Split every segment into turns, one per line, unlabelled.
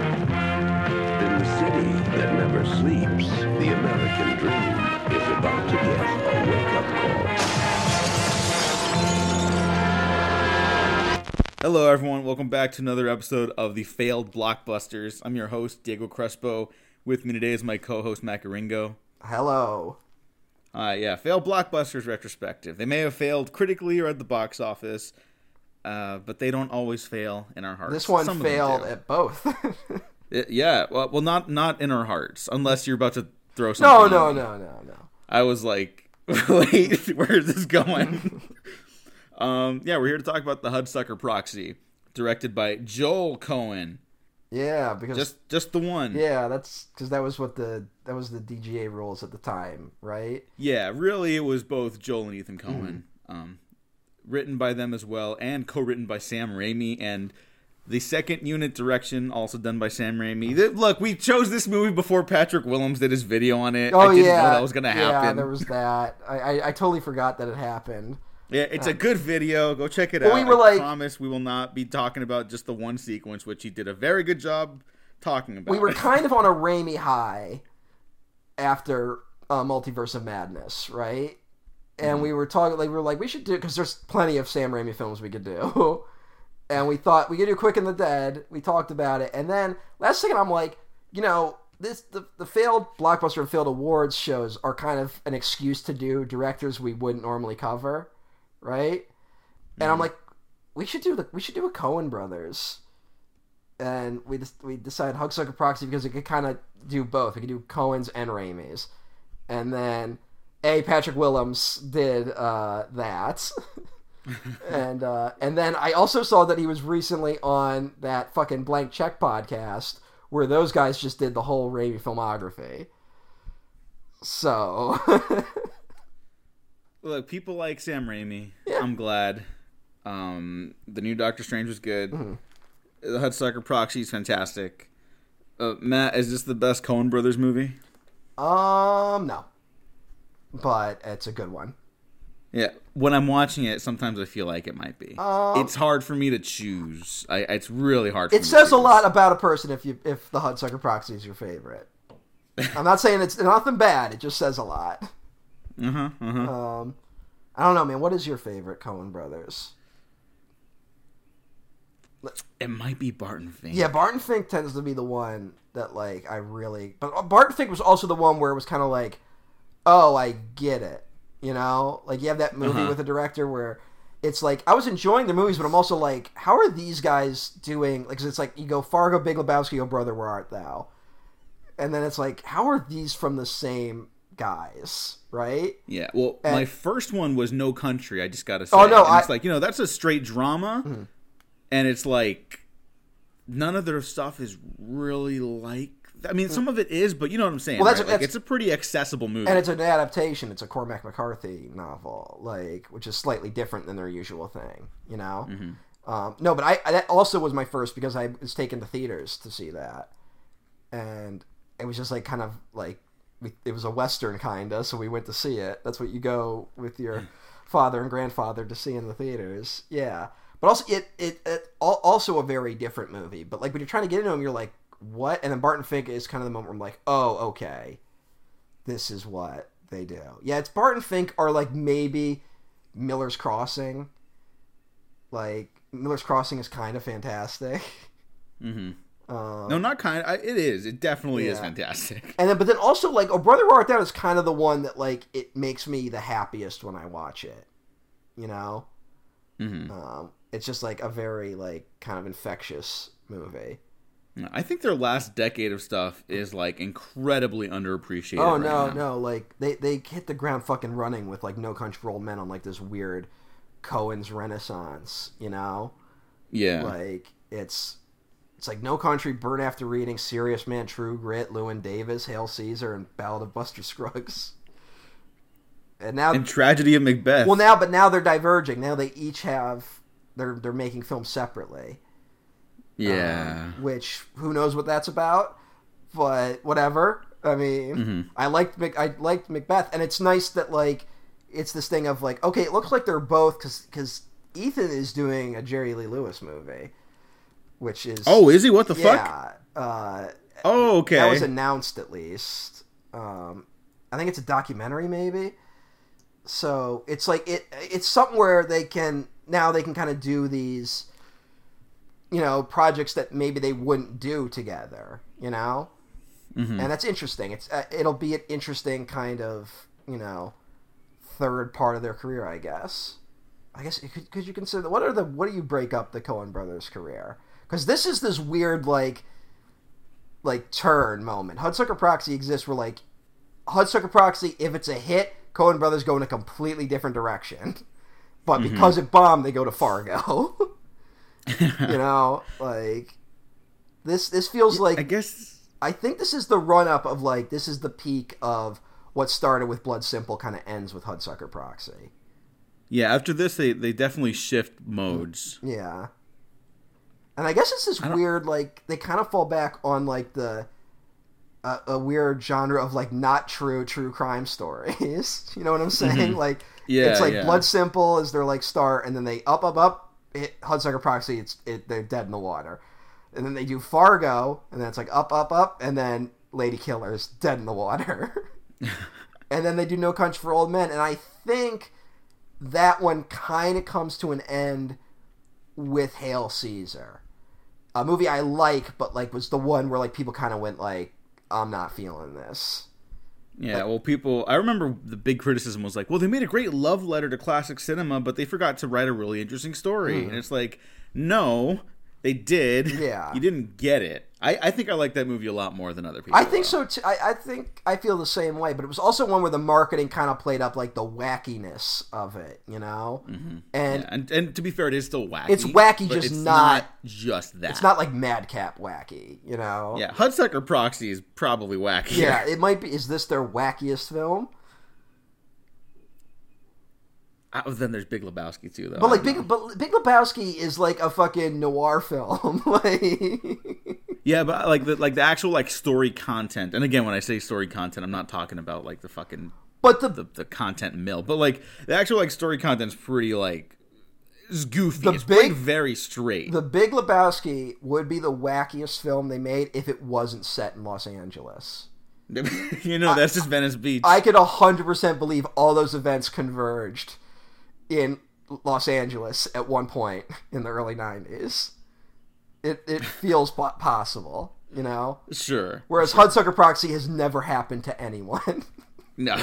In the city that never sleeps, the American dream is about to get a wake-up call.
Hello, everyone. Welcome back to another episode of the Failed Blockbusters. I'm your host, Diego Crespo. With me today is my co host, Macaringo.
Hello.
Uh, yeah, failed blockbusters retrospective. They may have failed critically or at the box office, uh, but they don't always fail in our hearts.
This one
Some of them
failed
do.
at both.
Uh, yeah, well, well, not not in our hearts, unless you're about to throw
no,
something.
no,
at me.
no, no, no.
I was like, wait, where is this going? um, yeah, we're here to talk about the Hudsucker Proxy, directed by Joel Cohen.
Yeah, because
Just just the one.
yeah, that's because that was what the that was the DGA rules at the time, right?
Yeah, really, it was both Joel and Ethan Cohen,
Mm-hmm.
um, written by them as well, and co-written by Sam Raimi, and the second unit direction also done by Sam Raimi. Th- Look, we chose this movie before Patrick Willems did his video on it.
Oh
I didn't
yeah,
know that was gonna happen.
Yeah, there was that. I, I I totally forgot that it happened.
Yeah, it's a good video. Go check it
Well,
out.
we were
I
like-
promise we will not be talking about just the one sequence, which he did a very good job talking about.
We were kind of on a Raimi high after uh, Multiverse of Madness, right? And we were talking like we were like we should do because there's plenty of Sam Raimi films we could do. and we thought we could do Quick and the Dead. We talked about it, and then last second, I'm like, you know, this the, the failed blockbuster and failed awards shows are kind of an excuse to do directors we wouldn't normally cover, right? And I'm like, we should do the we should do a Cohen Brothers, and we just we decided Hugsucker Proxy because it could kind of do both. It could do Cohen's and Raimi's, and then. A Patrick Willems did uh, that, and uh, and then I also saw that he was recently on that fucking blank check podcast where those guys just did the whole Raimi filmography. So
Look, people like Sam Raimi. I'm glad. Um, the new Doctor Strange was good.
Mm-hmm.
The Hudsucker Proxy is fantastic. Uh, Matt, is this the best Coen Brothers movie?
um no, but it's a good one.
Yeah. When I'm watching it, sometimes I feel like it might be. it's hard for me to choose. I, it's really hard. For
Um, It
me
says
to
a
choose.
lot about a person if you if the Hudsucker Proxy is your favorite. I'm not saying it's nothing bad. It just says a lot.
Uh-huh, uh-huh.
Um, I don't know, man. What is your favorite Cohen Brothers?
It might be Barton Fink.
Yeah, Barton Fink tends to be the one that like I really. But uh, Barton Fink was also the one where it was kind of like, oh, I get it. You know, like you have that movie
Uh-huh.
with a director where it's like I was enjoying the movies, but I'm also like, how are these guys doing? Like, 'cause it's like you go Fargo, Big Lebowski, Oh Brother, Where Art Thou, and then it's like, how are these from the same guys, right?
Yeah. Well,
And-
my first one was No Country. I just gotta say.
Oh,
And
no,
it's
I- Hmm.
like you know that's a straight drama, and it's like none of their stuff is really like. I mean, some of it is, but you know what I'm saying.
Hmm. Well, that's-
right? Like,
that's-
it's a pretty accessible movie.
And it's an adaptation. It's a Cormac McCarthy novel, like which is slightly different than their usual thing, you know. Um, no, but I, I that also was my first because I was taken to theaters to see that, and it was just like kind of like we, it was a western kinda, so we went to see it. That's what you go with your father and grandfather to see in the theaters, yeah. But also it it, it al- also a very different movie. But like when you're trying to get into them, you're like what? And then Barton Fink is kind of the moment where I'm like, oh okay this is what they do. Yeah, it's Barton Fink or like maybe Miller's Crossing. Like Miller's Crossing is kind of fantastic.
Mm-hmm. no, not kind. I, it is. It definitely is
Yeah.
fantastic.
And then but then also like Oh Brother Where Art Thou is kind of the one that like it makes me the happiest when I watch it. You know?
Mhm.
Um, it's just like a very like kind of infectious movie.
I think their last decade of stuff is like incredibly underappreciated.
Oh
right
no,
now.
no! Like they they hit the ground fucking running with like No Country for Old Men on like this weird Cohen's Renaissance, you know?
Yeah.
Like it's it's like No Country, Burn After Reading, Serious Man, True Grit, Lewin Davis, Hail Caesar, and Ballad of Buster Scruggs. And now,
and tragedy of Macbeth.
well, now, but now they're diverging. Now they each have they're they're making films separately.
yeah.
Um, which who knows what that's about, but whatever. I mean,
Mm-hmm.
I liked Mac- I liked Macbeth, and it's nice that like it's this thing of like okay, it looks like they're both because Ethan is doing a Jerry Lee Lewis movie, which is
Oh, is he? What the fuck?
yeah, uh,
Oh, okay.
that was announced at least. Um, I think it's a documentary, maybe. So it's like it. It's something where they can now they can kind of do these, you know, projects that maybe they wouldn't do together. You know,
Mhm.
and that's interesting. It's uh, it'll be an interesting kind of you know third part of their career, I guess. I guess it could, could you consider what are the what do you break up the Cohen brothers' career? Because this is this weird like like turn moment. Hudsucker Proxy exists. We're like Hudsucker Proxy. If it's a hit, Cohen brothers go in a completely different direction. But
Mm-hmm.
because it bombed, they go to Fargo. you know, like this. This feels like
I guess.
I think this is the run up of like this is the peak of what started with Blood Simple kind of ends with Hudsucker Proxy.
Yeah, after this, they, they definitely shift modes.
Yeah. And I guess it's this
don't-
weird like they kind of fall back on like the uh, a weird genre of like not true true crime stories. you know what I'm saying? Like
Yeah,
it's like
yeah.
Blood Simple is their like start and then they up up up hit Hudsucker Proxy it's it, they're dead in the water. And then they do Fargo and then it's like up up up and then Lady Killer's dead in the water. and then they do No Country for Old Men and I think that one kind of comes to an end with Hail Caesar, a movie I like, but like was the one where like people kind of went like, "I'm not feeling this."
Yeah, well, people. I remember the big criticism was like, well, they made a great love letter to classic cinema, but they forgot to write a really interesting story.
Mm-hmm.
And it's like, no, they did.
Yeah.
You didn't get it. I, I think I like that movie a lot more than other people.
I think
though.
so too. I, I think I feel the same way, but it was also one where the marketing kind of played up like the wackiness of it, you know, and
Mm-hmm. Yeah, and, and to be fair, it is still wacky.
It's wacky,
but
just
it's
not-
just that.
it's not like madcap wacky, you know.
Yeah, Hudsucker Proxy is probably wacky.
yeah. It might be. Is this their wackiest film?
Uh, then there's Big Lebowski too, though.
But
I
like
don't
Big,
know.
but Big Lebowski is like a fucking noir film. like,
yeah, but like the like the actual like story content. And again, when I say story content, I'm not talking about like the fucking
but the
the, the content mill, but like the actual like story content's pretty like it's goofy.
The
it's played
big-
very straight.
The Big Lebowski would be the wackiest film they made if it wasn't set in Los Angeles.
you know, that's just Venice Beach.
I could 100% believe all those events converged in Los Angeles at one point in the early 90s. It, it feels po- possible, you know?
sure.
Whereas Hudsucker Proxy has never happened to anyone.
No.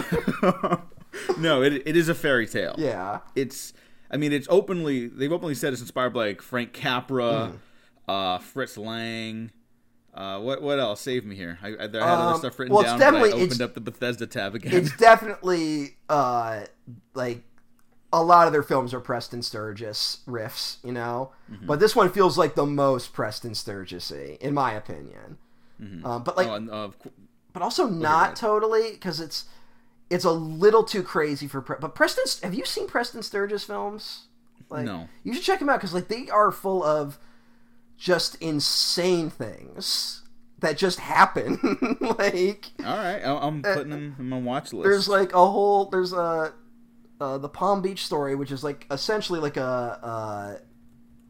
no, it, it is a fairy tale.
yeah.
It's I mean, it's openly they've openly said it's inspired by like Frank Capra,
Hmm.
uh Fritz Lang, uh, what what else? Save me here. I, I, I had
Um,
other stuff written
well, it's
down. But I
definitely-
opened
it's-
up the Bethesda tab again.
It's definitely, uh, like, a lot of their films are Preston Sturgis riffs, you know?
Mm-hmm.
But this one feels like the most Preston Sturgis y, in my opinion. Uh, but, like,
Oh, and, uh, of cou-
but also not totally because it's it's a little too crazy for. Pre- but Preston, have you seen Preston Sturges films? Like,
No.
You should check them out because like they are full of just insane things that just happen. like
all right, I, I'm putting them in my watch list.
uh, there's like a whole there's a uh, the Palm Beach story, which is like essentially like a uh,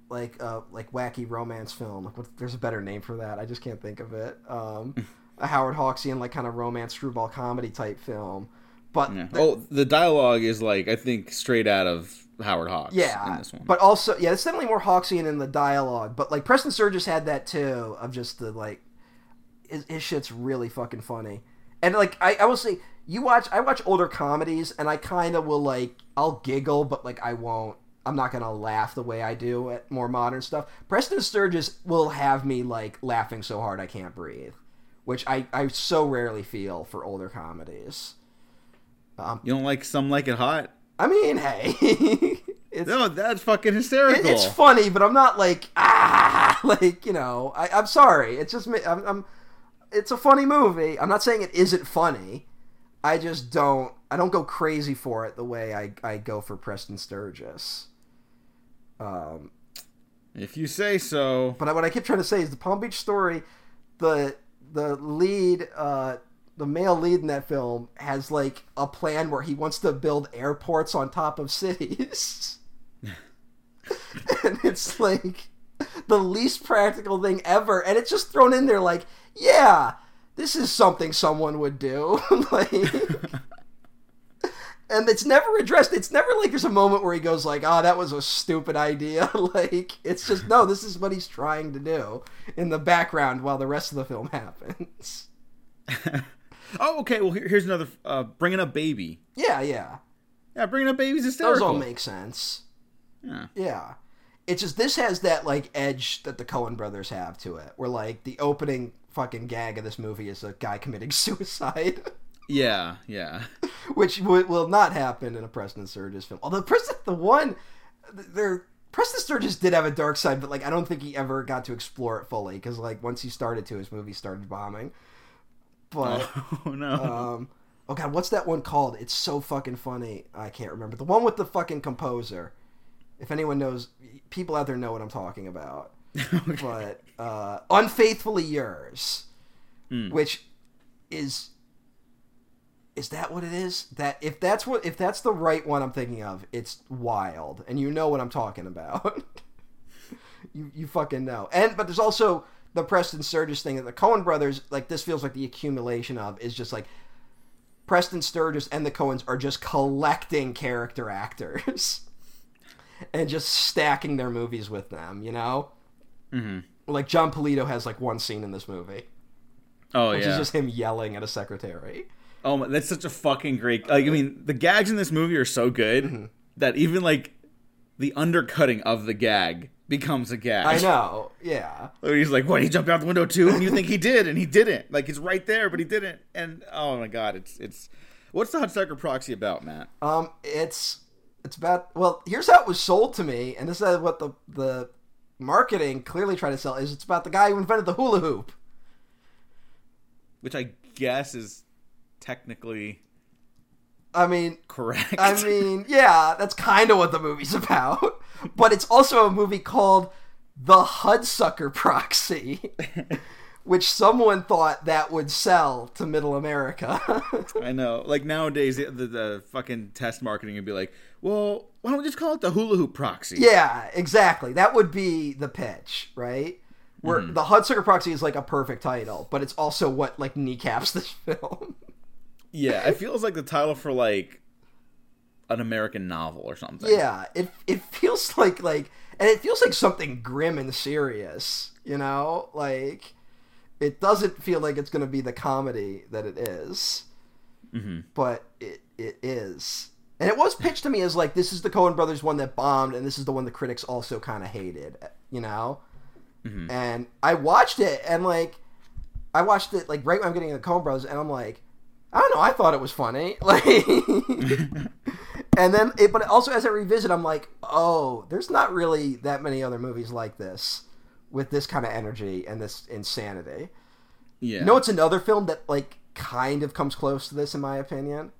like a like wacky romance film. Like, what, there's a better name for that. I just can't think of it. Um, a Howard Hawksian like kind of romance screwball comedy type film. But
Yeah. oh, the dialogue is like I think straight out of Howard Hawks.
Yeah,
in this one.
but also yeah, it's definitely more Hawksian in the dialogue. But like Preston Sturges had that too of just the like, his, his shit's really fucking funny. And like I, I will say, you watch I watch older comedies and I kind of will like I'll giggle, but like I won't. I'm not gonna laugh the way I do at more modern stuff. Preston Sturges will have me like laughing so hard I can't breathe, which I I so rarely feel for older comedies. Um,
you don't like some like it hot?
I mean, hey, it's
No, that's fucking
It-
hysterical.
it's funny, but I'm not like ah, like you know. I, I'm sorry. It's just me- I'm, I'm. It's a funny movie. I'm not saying it isn't funny. I just don't. I don't go crazy for it the way I, I go for Preston Sturges. Um,
if you say so.
but I, what I keep trying to say is the Palm Beach Story, the the lead, uh, the male lead in that film has like a plan where he wants to build airports on top of cities. it's like the least practical thing ever, and it's just thrown in there like, yeah, this is something someone would do, like. And it's never addressed. It's never like there's a moment where he goes like, "Ah, that was a stupid idea." like it's just no. This is what he's trying to do in the background while the rest of the film happens.
Oh, okay. Well, here, here's another uh, bringing up baby.
Yeah, yeah.
Yeah, bringing up babies hysterical.
Those all make sense.
Yeah.
Yeah. It's just this has that like edge that the Cohen brothers have to it, where like the opening fucking gag of this movie is a guy committing suicide,
yeah, yeah.
which w- will not happen in a Preston Sturges film. Although Preston, the one, there Preston Sturges did have a dark side, but like I don't think he ever got to explore it fully because like once he started to, his movie started bombing. But
Oh no.
um, oh god, what's that one called? It's so fucking funny. I can't remember. The one with the fucking composer. If anyone knows, people out there know what I'm talking about.
Okay.
But uh, unfaithfully yours, which is is that what it is? That if that's what if that's the right one I'm thinking of, it's wild, and you know what I'm talking about. you you fucking know. And but there's also the Preston Sturges thing that the Cohen brothers like. This feels like the accumulation of is just like Preston Sturges and the Cohens are just collecting character actors and just stacking their movies with them. You know, mm-hmm. like John Polito has like one scene in this movie,
oh
which
yeah.
is just him yelling at a secretary.
Oh my, that's such a fucking great. Like, I mean, the gags in this movie are so good
Mm-hmm.
that even like the undercutting of the gag becomes a gag.
I know. Yeah.
Where he's like, "What? He jumped out the window too?" And you think he did, and he didn't. Like it's right there, but he didn't. And oh my god, it's it's. What's the Hudsucker Proxy about, Matt?
Um, it's it's about well, here's how it was sold to me, and this is what the the marketing clearly tried to sell is it's about the guy who invented the hula hoop.
Which I guess is technically
I mean,
correct.
I mean, yeah, that's kind of what the movie's about, but it's also a movie called The Hudsucker Proxy, which someone thought that would sell to Middle America.
I know. Like nowadays, the, the, the fucking test marketing would be like, "Well, why don't we just call it the hula hoop proxy?"
Yeah, exactly. That would be the pitch, right? Where the Hudsucker Proxy is like a perfect title, but it's also what like kneecaps this film.
Yeah, it feels like the title for like an American novel or something.
yeah, it it feels like like and it feels like something grim and serious, you know? Like it doesn't feel like it's going to be the comedy that it is, But it it is. And it was pitched to me as like this is the Coen Brothers one that bombed and this is the one the critics also kind of hated, you know? and I watched it and like I watched it like right when I'm getting into Coen Bros and I'm like I don't know I thought it was funny like and then it but also as I revisit I'm like oh there's not really that many other movies like this with this kind of energy and this insanity
Yeah.
you know it's another film that like kind of comes close to this in my opinion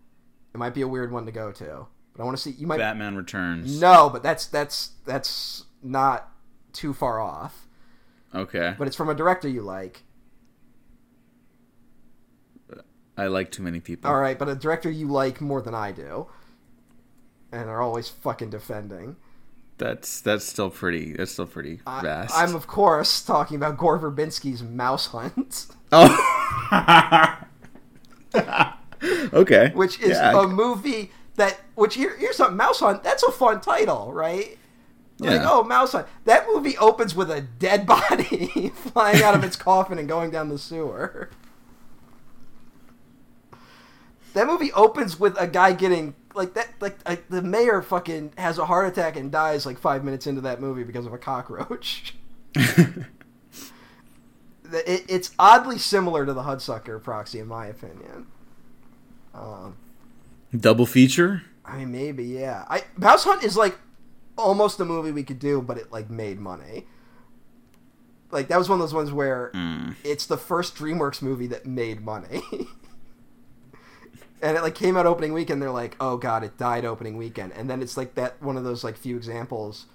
it might be a weird one to go to but I want to see you might
Batman Returns.
no but that's that's that's not too far off
Okay.
but it's from a director you like.
I like too many people.
All right, but a director you like more than I do, and are always fucking defending.
That's that's still pretty. That's still pretty
I,
vast.
I'm of course talking about Gore Verbinski's Mouse Hunt,
oh. okay.
which is um,
yeah, I-
a movie that which here, here's something Mouse Hunt. That's a fun title, right? Like
Yeah.
oh, Mouse Hunt. That movie opens with a dead body flying out of its coffin and going down the sewer. That movie opens with a guy getting like that, like uh, the mayor fucking has a heart attack and dies like five minutes into that movie because of a cockroach. The- it, it's oddly similar to the Hudsucker proxy, in my opinion. Um,
double feature.
I mean, maybe yeah. I Mouse Hunt is like almost a movie we could do, but it like made money. Like that was one of those ones where
Mm.
it's the first DreamWorks movie that made money. and it like came out opening weekend they're like oh god it died opening weekend and then it's like that one of those like few examples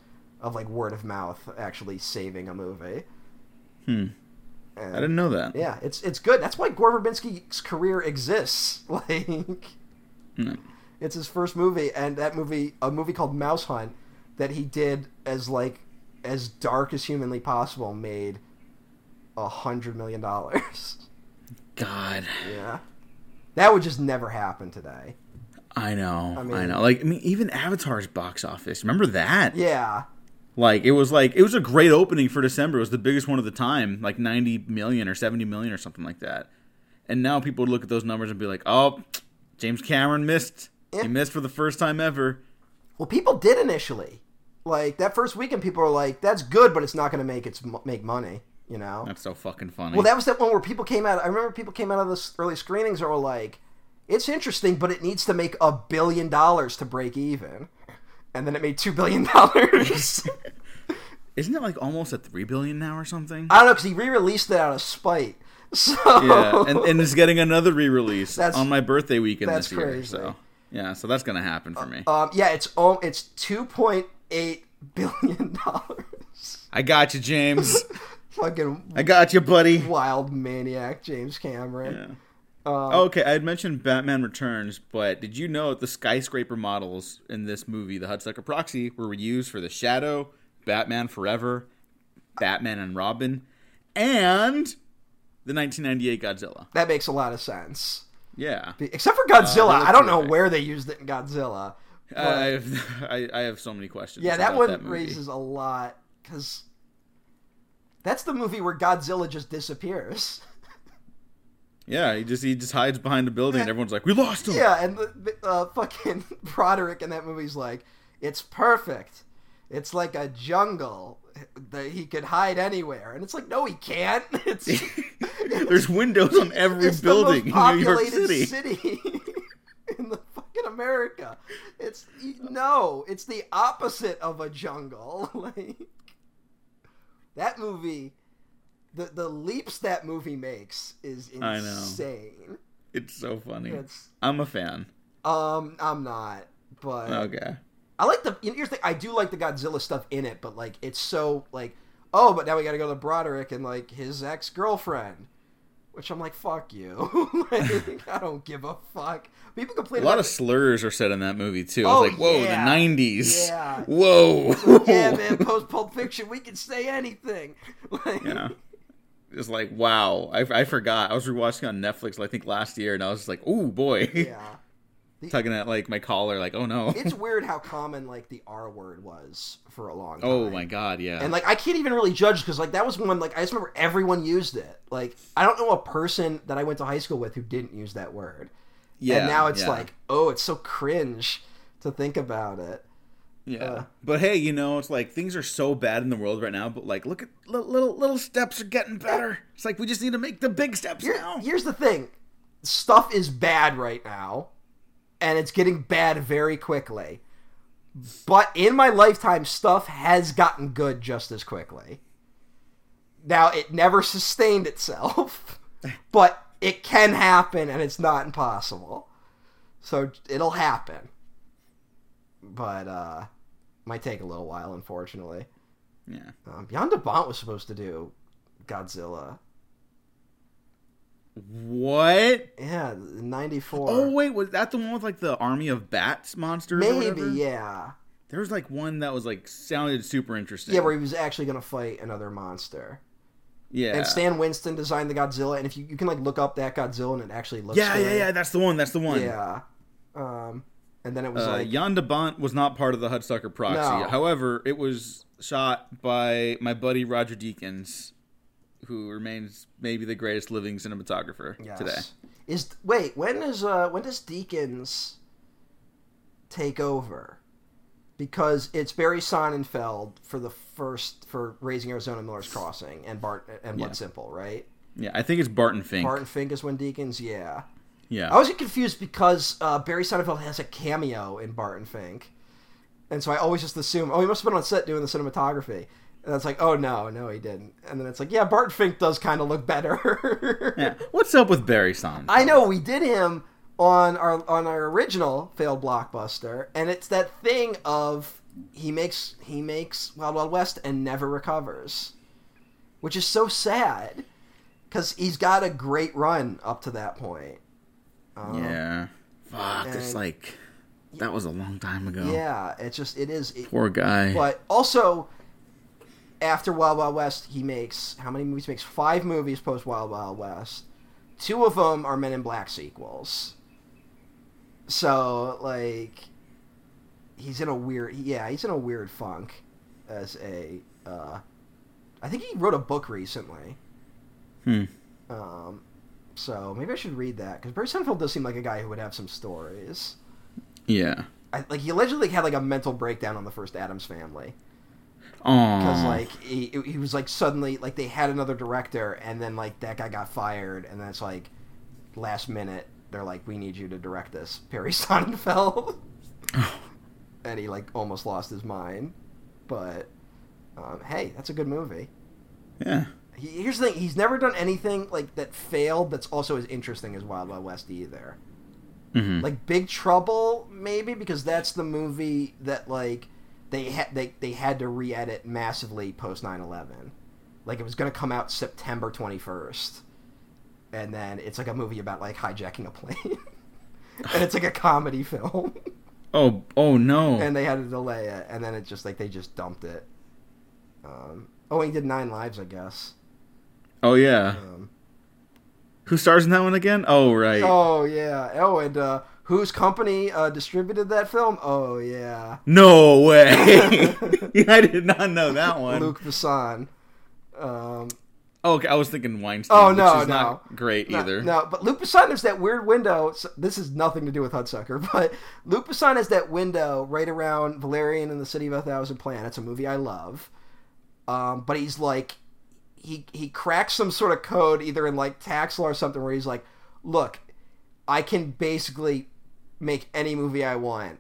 of like word of mouth actually saving a movie
Hmm.
and,
I didn't know that.
yeah it's it's good that's why gore verbinski's career exists like
Mm.
it's his first movie and that movie a movie called mouse hunt that he did as like as dark as humanly possible made a hundred million dollars.
God,
yeah, that would just never happen today.
I know, I,
mean-
know. Like, I mean, even Avatar's box office. Remember that?
Yeah,
Like, it was like it was a great opening for December. It was the biggest one of the time, like ninety million or seventy million or something like that. And now people would look at those numbers and be like, "Oh, James Cameron missed.
Yeah.
He missed for the first time ever."
well, people did initially. Like that first weekend, people were like, "That's good, but it's not going to make its mo- make money." You know.
That's so fucking funny.
Well, that was that one where people came out. I remember people came out of the s- early screenings and were like, "It's interesting, but it needs to make a billion dollars to break even," and then it made two billion dollars.
Isn't it like almost at three billion now or something?
I don't know because he re-released it out of spite. So
yeah, and, and it's getting another re-release
That's-
on my birthday weekend
that's
this year.
crazy.
So yeah, so that's gonna happen for me.
um, yeah, it's oh, it's two point eight billion dollars.
I got you, James.
Fucking
I got you, buddy.
wild maniac, James Cameron.
Yeah. okay, I had mentioned Batman Returns, but did you know the skyscraper models in this movie, the Hudsucker Proxy, were reused for The Shadow, Batman Forever, Batman and Robin, and the 1998 Godzilla?
That makes a lot of sense.
Yeah.
Except for Godzilla,
look
I don't know
terrific.
where they used it in Godzilla.
I, have, I, I have so many questions.
Yeah, that
about
one
movie.
raises a lot because that's the movie where Godzilla just disappears.
Yeah, he just he just hides behind a building, and everyone's like, "We lost him."
yeah, and the, the, uh, fucking Broderick in that movie's like, it's perfect. It's like a jungle that he could hide anywhere, and it's like, no, he can't. It's,
There's windows on every
it's
building
the
in
most
New York City.
populated city in the fucking America. It's no, it's the opposite of a jungle. like that movie, the the leaps that movie makes is insane.
I know. It's so funny.
It's-
I'm a fan.
Um, I'm not, but
Okay.
I like the. You know, here's the thing, I do like the Godzilla stuff in it, but like it's so like, oh, but now we got to go to Broderick and like his ex girlfriend, which I'm like, fuck you. like, I don't give a fuck. People
A
complain
lot
about
of slurs are said in that movie too.
Oh,
I was like, "Whoa,
yeah.
the '90s!
Yeah.
Whoa!"
yeah, man, post Pulp Fiction, we can say anything. Like,
Yeah. It's like, wow, I, I forgot. I was rewatching on Netflix, I think last year, and I was just like, "Oh boy,"
yeah.
tugging at like my collar, like, "Oh no!"
It's weird how common like the R word was for a long time.
oh my god, yeah.
And like I can't even really judge because like that was one like I just remember everyone used it. Like I don't know a person that I went to high school with who didn't use that word.
yeah,
and now it's
yeah.
like, oh, it's so cringe to think about it.
Yeah.
Uh,
but hey, you know, it's like things are so bad in the world right now, but like look at li- little little steps are getting better. It's like we just need to make the big steps
Here-
now.
Here's the thing: stuff is bad right now, and it's getting bad very quickly. But in my lifetime, stuff has gotten good just as quickly. Now it never sustained itself, but it can happen, and it's not impossible. So it'll happen, but uh, might take a little while, unfortunately.
Yeah.
Um, Beyond the Bont was supposed to do Godzilla.
What?
Yeah, '94.
Oh wait, was that the one with like the army of bats monsters? or
Maybe,
whatever?
yeah.
There was like one that was like sounded super interesting.
Yeah, where he was actually going to fight another monster.
yeah.
And Stan Winston designed the Godzilla, and if you, you can like look up that Godzilla, and it actually looks.
yeah,
good.
yeah, yeah. That's the one. That's the one.
yeah. Um, and then it was
Uh,
like,
Jan de Bont was not part of the Hudsucker Proxy.
No.
However, it was shot by my buddy Roger Deakins, who remains maybe the greatest living cinematographer
yes.
today.
Is wait, when is uh when does Deacons take over? Because it's Barry Sonnenfeld for the first for Raising Arizona Miller's Crossing and Bart and Blood
Yeah.
Simple, right?
Yeah, I think it's Barton Fink.
Bart and Fink is when Deacons, yeah.
Yeah.
I always get confused because uh, Barry Sonnenfeld has a cameo in Bart and Fink, and so I always just assume, oh, he must have been on set doing the cinematography. And it's like, oh no, no, he didn't. And then it's like, yeah, Bart Fink does kind of look better.
Yeah. What's up with Barry Sonnenfeld?
I know we did him on our on our original failed blockbuster, and it's that thing of he makes he makes Wild Wild West and never recovers, which is so sad because he's got a great run up to that point. Um,
Yeah. Fuck. It's
And-
like that was a long time ago.
Yeah, it's just it is. It,
Poor guy.
but also, after Wild Wild West, he makes how many movies? He makes five movies post Wild Wild West. Two of them are Men in Black sequels. So like, he's in a weird yeah he's in a weird funk as a. Uh, I think he wrote a book recently.
Hmm.
Um, so maybe I should read that because Barry Seinfeld does seem like a guy who would have some stories.
Yeah.
I, like he allegedly had like a mental breakdown on the first Adams Family because
Oh.
like he, he was like suddenly like they had another director and then like that guy got fired and that's like last minute they're like we need you to direct this Perry Sonnenfeld and he like almost lost his mind but um, hey that's a good movie
yeah.
he, here's the thing he's never done anything like that failed that's also as interesting as Wild Wild West either
hmm
like Big Trouble maybe because that's the movie that like they had they, they had to re-edit massively post 9/11. Like it was going to come out September 21st. And then it's like a movie about like hijacking a plane. and it's like a comedy film
oh. Oh no.
and they had to delay it and then it just like they just dumped it. Um oh, he did 9 lives I guess.
oh yeah.
Um
Who stars in that one again? Oh right.
Oh yeah. Oh and uh whose company uh distributed that film? Oh yeah.
No way. I did not know that one.
Luke Besson. Um,
Oh, okay, I was thinking Weinstein.
Oh,
which
no,
is not
no.
great
no,
either.
No, but Luke Besson has that weird window. So this is nothing to do with Hudsucker, but Luke Besson has that window right around Valerian and the City of a Thousand Planets, a movie I love. Um, but he's like, he he cracks some sort of code either in like tax law or something where he's like, look, I can basically make any movie I want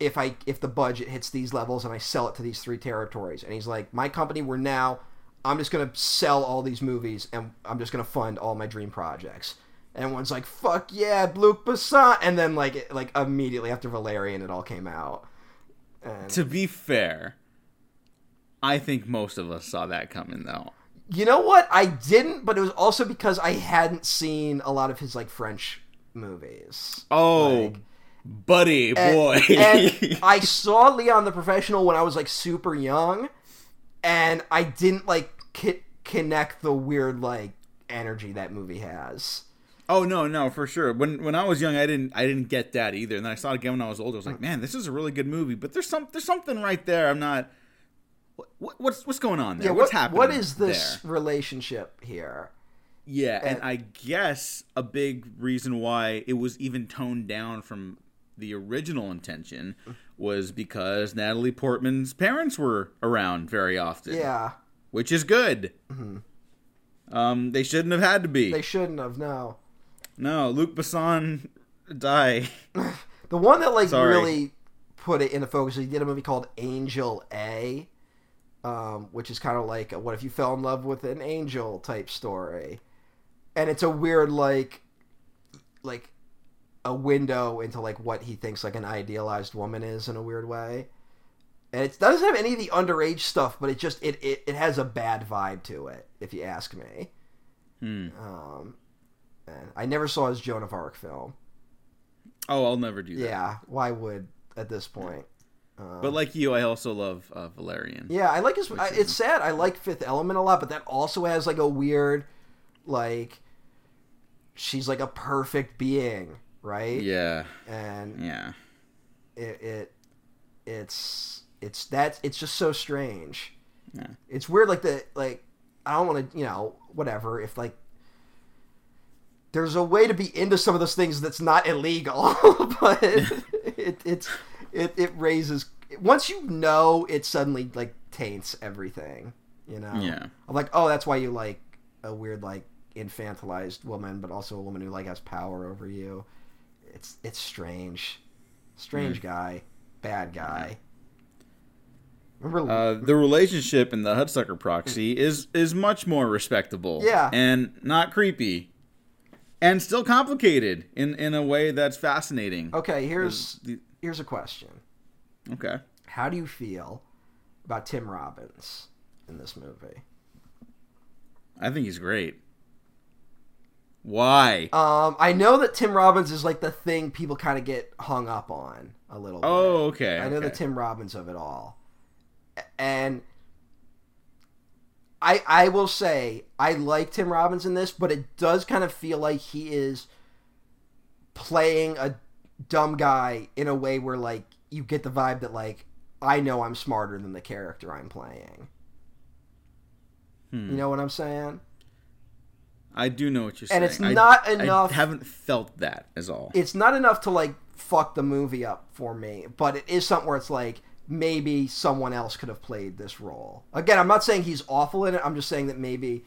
if I if the budget hits these levels and I sell it to these three territories. And he's like, my company, we're now, I'm just gonna sell all these movies and I'm just gonna fund all my dream projects. And everyone's like, fuck yeah, Luke Besson. And then like it, like immediately after Valerian, it all came out. And
To be fair, I think most of us saw that coming though.
you know what? I didn't, but it was also because I hadn't seen a lot of his like French movies.
Oh,
Like-
buddy, boy.
and I saw Leon the Professional when I was like super young, and I didn't like ki- connect the weird like energy that movie has.
oh no, no, for sure. When when I was young, I didn't I didn't get that either. And then I saw it again when I was older. I was like, man, this is a really good movie. But there's some there's something right there. I'm not. What, what's what's going on there?
Yeah,
what's
what,
happening?
What is this
there?
relationship here?
Yeah, and
And-
I guess a big reason why it was even toned down from the original intention was because Natalie Portman's parents were around very often.
Yeah, Mm-hmm.
Which is good. Um, they shouldn't have had to be.
they shouldn't have. No,
no, Luke Besson die.
the one that like
Sorry.
really put it into focus. He did a movie called Angel A, um, which is kind of like a, what if you fell in love with an angel type story, and it's a weird like like a window into like what he thinks like an idealized woman is in a weird way. And it doesn't have any of the underage stuff, but it just it, it, it has a bad vibe to it, if you ask me.
Hmm.
Um, and I never saw his Joan of Arc film.
Oh, I'll never do that.
Yeah, why would at this point? Um,
But like you, I also love uh, Valerian.
yeah, I like his. I, it's sad. I like Fifth Element a lot, but that also has like a weird, like, she's like a perfect being, right?
Yeah.
And
Yeah.
It, it, it's it's that it's just so strange.
Yeah.
It's weird, like the like. I don't want to, you know, whatever. If like. There's a way to be into some of those things that's not illegal, but it, it's it, it raises once you know it suddenly like taints everything, you know.
Yeah.
I'm like, oh, that's why you like a weird like infantilized woman, but also a woman who like has power over you. It's it's strange, strange guy, bad guy. Remember?
Uh, the relationship in the Hudsucker proxy is is much more respectable.
Yeah.
And not creepy. And still complicated in, in a way that's fascinating.
okay, here's
the-
here's a question.
Okay.
How do you feel about Tim Robbins in this movie?
I think he's great. Why?
Um, I know that Tim Robbins is like the thing people kind of get hung up on a little. bit.
oh, okay.
I know the
okay.
Tim Robbins of it all. A- And I I will say I like Tim Robbins in this, but it does kind of feel like he is playing a dumb guy in a way where like you get the vibe that like I know I'm smarter than the character I'm playing.
Hmm.
You know what I'm saying?
I do know what you're saying.
And it's
I-
not
I
enough-
haven't felt that as all.
It's not enough to like fuck the movie up for me, but it is something where it's like maybe someone else could have played this role. Again, I'm not saying he's awful in it. I'm just saying that maybe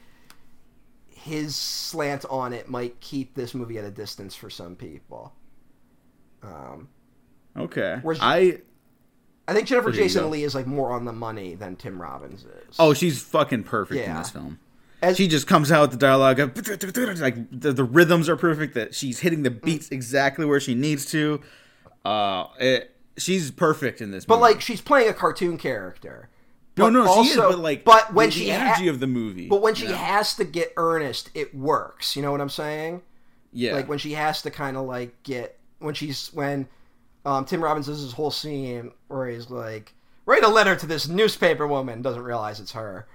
his slant on it might keep this movie at a distance for some people. Um,
okay.
Whereas-
I
I think Jennifer
There you
Jason
go.
Lee is like more on the money than Tim Robbins is.
oh, she's fucking perfect in
Yeah.
this film.
As-
she just comes out with the dialogue of, like the, the rhythms are perfect. That she's hitting the
Mm.
beats exactly where she needs to. Uh, it, she's perfect in this.
but like she's playing a cartoon character.
no, no,
also,
she is. But like,
but when
the,
she
the
ha-
energy of the movie,
But when she
yeah.
has to get earnest, it works. You know what I'm saying?
yeah,
Like when she has to kind of like get when she's when um, Tim Robbins does his whole scene where he's like, write a letter to this newspaper woman, doesn't realize it's her,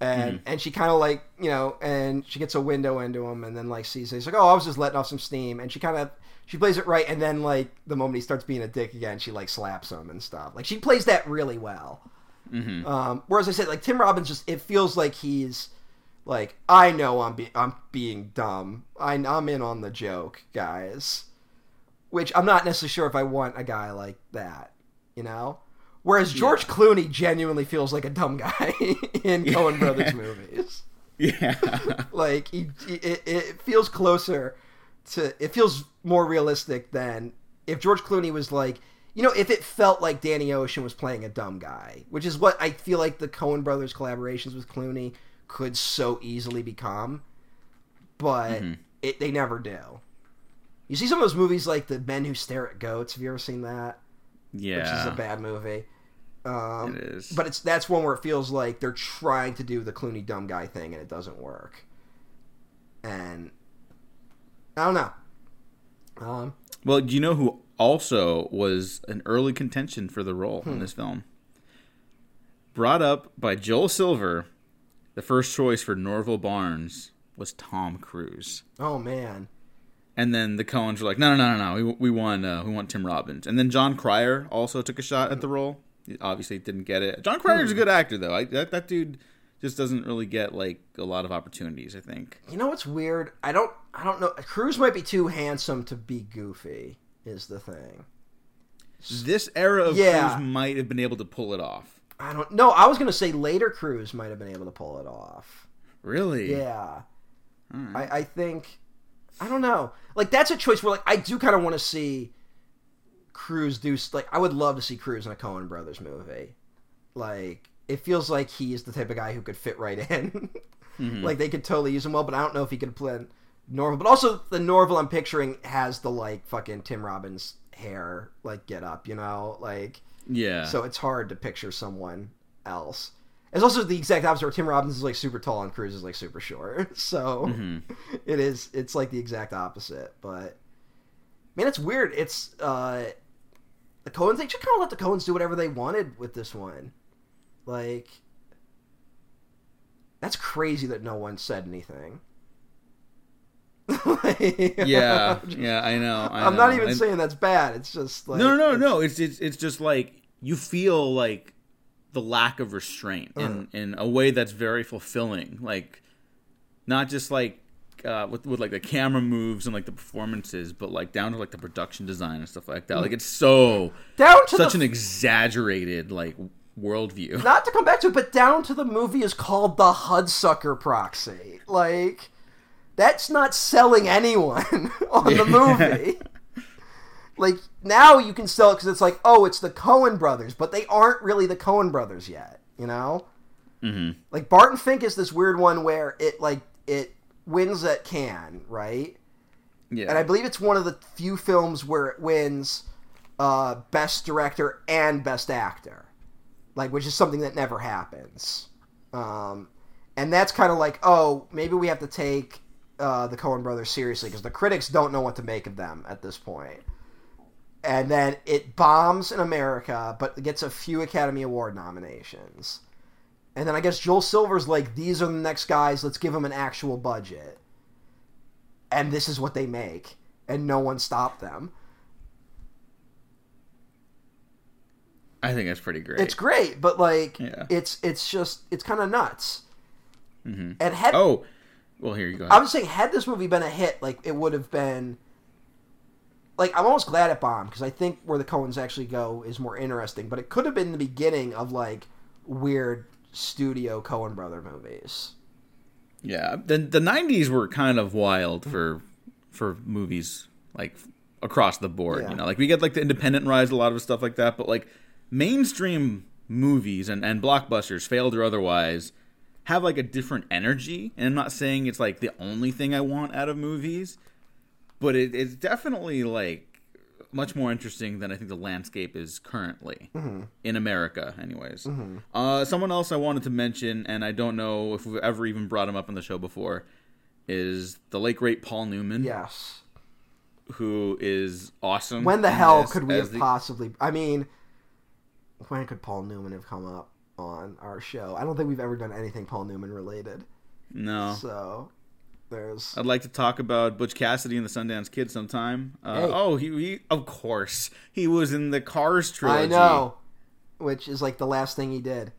and and she kind of like you know, and she gets a window into him, and then like sees he's like, oh, I was just letting off some steam, and she kind of she plays it right, and then like the moment he starts being a dick again, she like slaps him and stuff. Like she plays that really well. Um, whereas I said, like Tim Robbins, just it feels like he's like I know I'm be- I'm being dumb. I- I'm in on the joke, guys. Which I'm not necessarily sure if I want a guy like that, you know. Whereas George Clooney genuinely feels like a dumb guy in Coen Brothers movies.
yeah.
Like he, he- it, it feels closer to it feels more realistic than if George Clooney was like, you know, if it felt like Danny Ocean was playing a dumb guy, which is what I feel like the Coen Brothers collaborations with Clooney could so easily become, but it, they never do. You see some of those movies like The Men Who Stare at Goats. Have you ever seen that?
yeah.
Which is a bad movie. Um,
It is.
But it's that's one where it feels like they're trying to do the Clooney dumb guy thing and it doesn't work. And I don't know. Um,
Well, do you know who also was an early contention for the role
Hmm.
in this film? Brought up by Joel Silver, the first choice for Norval Barnes was Tom Cruise.
oh man,
And then the Coens were like, no, no, no, no, no. We, we want uh, we want Tim Robbins. And then John Cryer also took a shot at the role. He obviously didn't get it. John Cryer's
Hmm.
a good actor though. I, that that dude just doesn't really get like a lot of opportunities. I think.
you know what's weird? I don't. I don't know. Cruz might be too handsome to be goofy. Is the thing.
This era of
Yeah.
Cruise might have been able to pull it off.
I don't. No, I was gonna say later. Cruz might have been able to pull it off.
Really?
Yeah.
All right.
I, I think I don't know. Like that's a choice where like I do kind of want to see Cruz do s- like I would love to see Cruz in a Coen Brothers movie. Like it feels like he is the type of guy who could fit right in. Like they could totally use him well, but I don't know if he could play Norval. But also the Norval I'm picturing has the like fucking Tim Robbins hair like get up, you know, like
Yeah.
so it's hard to picture someone else. It's also the exact opposite where Tim Robbins is like super tall and Cruz is like super short. So
Mm-hmm.
it is it's like the exact opposite. But man, it's weird. It's uh the Coens they just kinda let the Coens do whatever they wanted with this one. Like that's crazy that no one said anything.
yeah, yeah, I know. I
I'm not
know.
even
I-
saying that's bad. It's just like
no, no, no. It's it's it's just like you feel like the lack of restraint
Uh-huh.
in in a way that's very fulfilling. Like not just like uh, with with like the camera moves and like the performances, but like down to like the production design and stuff like that. Like it's so
down to
such
the
an exaggerated like worldview.
not to come back to it, but down to the movie is called the Hudsucker Proxy. Like, that's not selling anyone on the movie. like now you can sell it because it's like, oh, it's the Cohen brothers, but they aren't really the Cohen brothers yet. You know, mm-hmm. like Barton Fink is this weird one where it like it wins at Cannes, right?
yeah,
and I believe it's one of the few films where it wins uh, best director and best actor, like which is something that never happens. Um, and that's kind of like, oh, maybe we have to take uh, the Coen Brothers seriously because the critics don't know what to make of them at this point. And then it bombs in America, but gets a few Academy Award nominations. And then I guess Joel Silver's like, these are the next guys. Let's give them an actual budget. And this is what they make. And no one stopped them.
I think that's pretty great.
It's great, but like,
Yeah.
it's it's just it's kind of nuts. And had
oh, well, here you go.
I'm just saying, had this movie been a hit, like it would have been. Like I'm almost glad it bombed because I think where the Coens actually go is more interesting. But it could have been the beginning of like weird studio Coen brother movies.
yeah, the the '90s were kind of wild for for movies like across the board.
Yeah.
You know, like we get like the independent rise, a lot of stuff like that. But like mainstream movies and and blockbusters, failed or otherwise, have like a different energy. And I'm not saying it's like the only thing I want out of movies, but it, it's definitely like much more interesting than I think the landscape is currently
Mm-hmm.
in America, anyways. Uh, someone else I wanted to mention, and I don't know if we've ever even brought him up on the show before, is the late great Paul Newman,
Yes.
who is awesome.
When the
in
hell
this
could we
as
have
the-
possibly? I mean, when could Paul Newman have come up on our show? I don't think we've ever done anything Paul Newman related.
No,
So there's
I'd like to talk about Butch Cassidy and the Sundance Kid sometime. Uh,
Hey.
Oh, he, he of course he was in the Cars trilogy.
I know, which is like the last thing he did.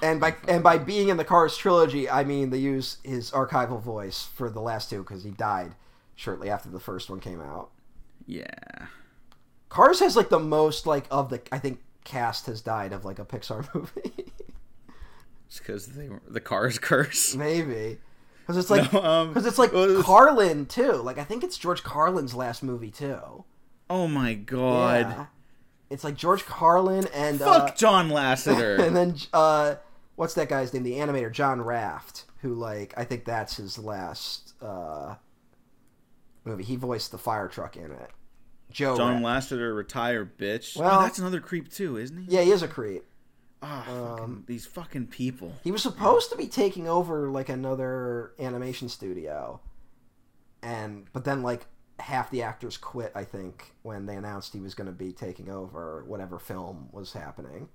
And by and by being in the Cars trilogy, I mean they use his archival voice for the last two because he died shortly after the first one came out.
Yeah.
Cars has like the most like of the I think cast has died of like a Pixar movie,
because they were the cars curse.
maybe because it's like
No, um,
because it's like
well, it was-
Carlin too. Like I think it's George Carlin's last movie too.
Oh my god!
Yeah. It's like George Carlin and
Fuck
uh,
John Lasseter.
and then uh, what's that guy's name? The animator John Raft, who like I think that's his last uh, movie. He voiced the fire truck in it. Joe.
John
Ra-
Lasseter retire, bitch. Oh,
Well-
that's another creep too, isn't he?
yeah, he is a creep.
Ah, fucking, these fucking people.
He was supposed to be taking over like another animation studio, and but then like half the actors quit. I think when they announced he was going to be taking over whatever film was happening.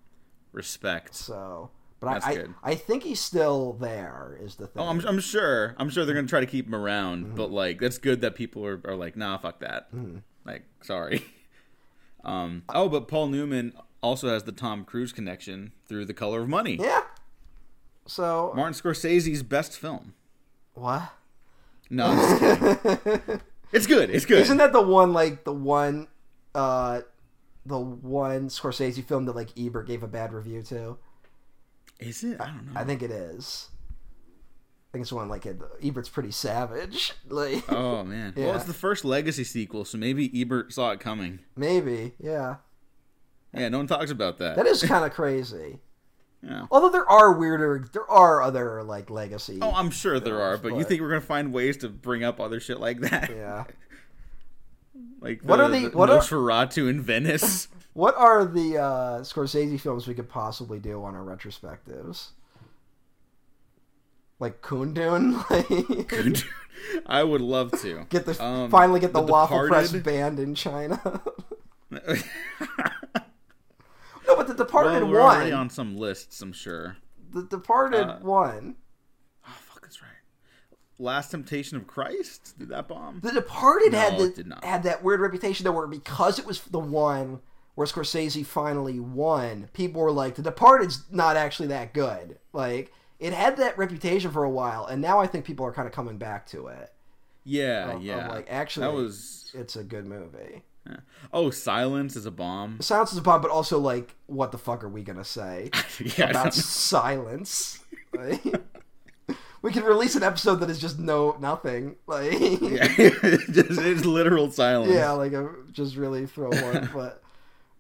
Respect.
So. But
That's
I, I,
good.
I think he's still there. Is the thing?
Oh, I'm, I'm sure. I'm sure they're gonna try to keep him around,
Mm-hmm.
but like, that's good that people are, are like, nah, fuck that. Like, sorry. Um. Oh, but Paul Newman also has the Tom Cruise connection through The Color of Money,
Yeah. So
Martin Scorsese's best film.
what?
No, I'm just kidding. it's good. It's good.
Isn't that the one like the one uh the one Scorsese film that like Ebert gave a bad review to?
Is it? I don't know.
I think it is. I think it's the one like it, Ebert's pretty savage. Like
Oh man. Well,
Yeah.
it's the first Legacy sequel, so maybe Ebert saw it coming.
maybe, yeah.
Yeah, no one talks about that.
That is kind of crazy.
Yeah.
Although there are weirder, there are other like legacy.
Oh, I'm sure there are, but you
But-
think we're gonna find ways to bring up other shit like that?
yeah.
Like
What
the-
are the-
the
what are-
Nosferatu in Venice?
What are the uh, Scorsese films we could possibly do on our retrospectives? Like Kundun, like
I would love to.
get the
Um,
finally get the,
The
waffle press
Departed?
banned in China. no, but the Departed
well, we're
won.
already on some lists, I'm sure.
The Departed
Uh,
won.
Oh fuck, that's right. Last Temptation of Christ? Did that bomb?
The Departed had
No,
the,
it did not.
had that weird reputation though, where because it was the one where Scorsese finally won, people were like, "The Departed's not actually that good." Like it had that reputation for a while, and now I think people are kind of coming back to it.
yeah,
I'm
yeah.
Oh, like, actually-
that was.
It's a good movie.
yeah. Oh, Silence is a bomb.
Silence is a bomb, but also like, what the fuck are we gonna say?
yeah, I don't
about silence. Like, we could release an episode that is just no nothing. Like yeah,
Yeah, just, it's literal silence.
like a, just really throw one, but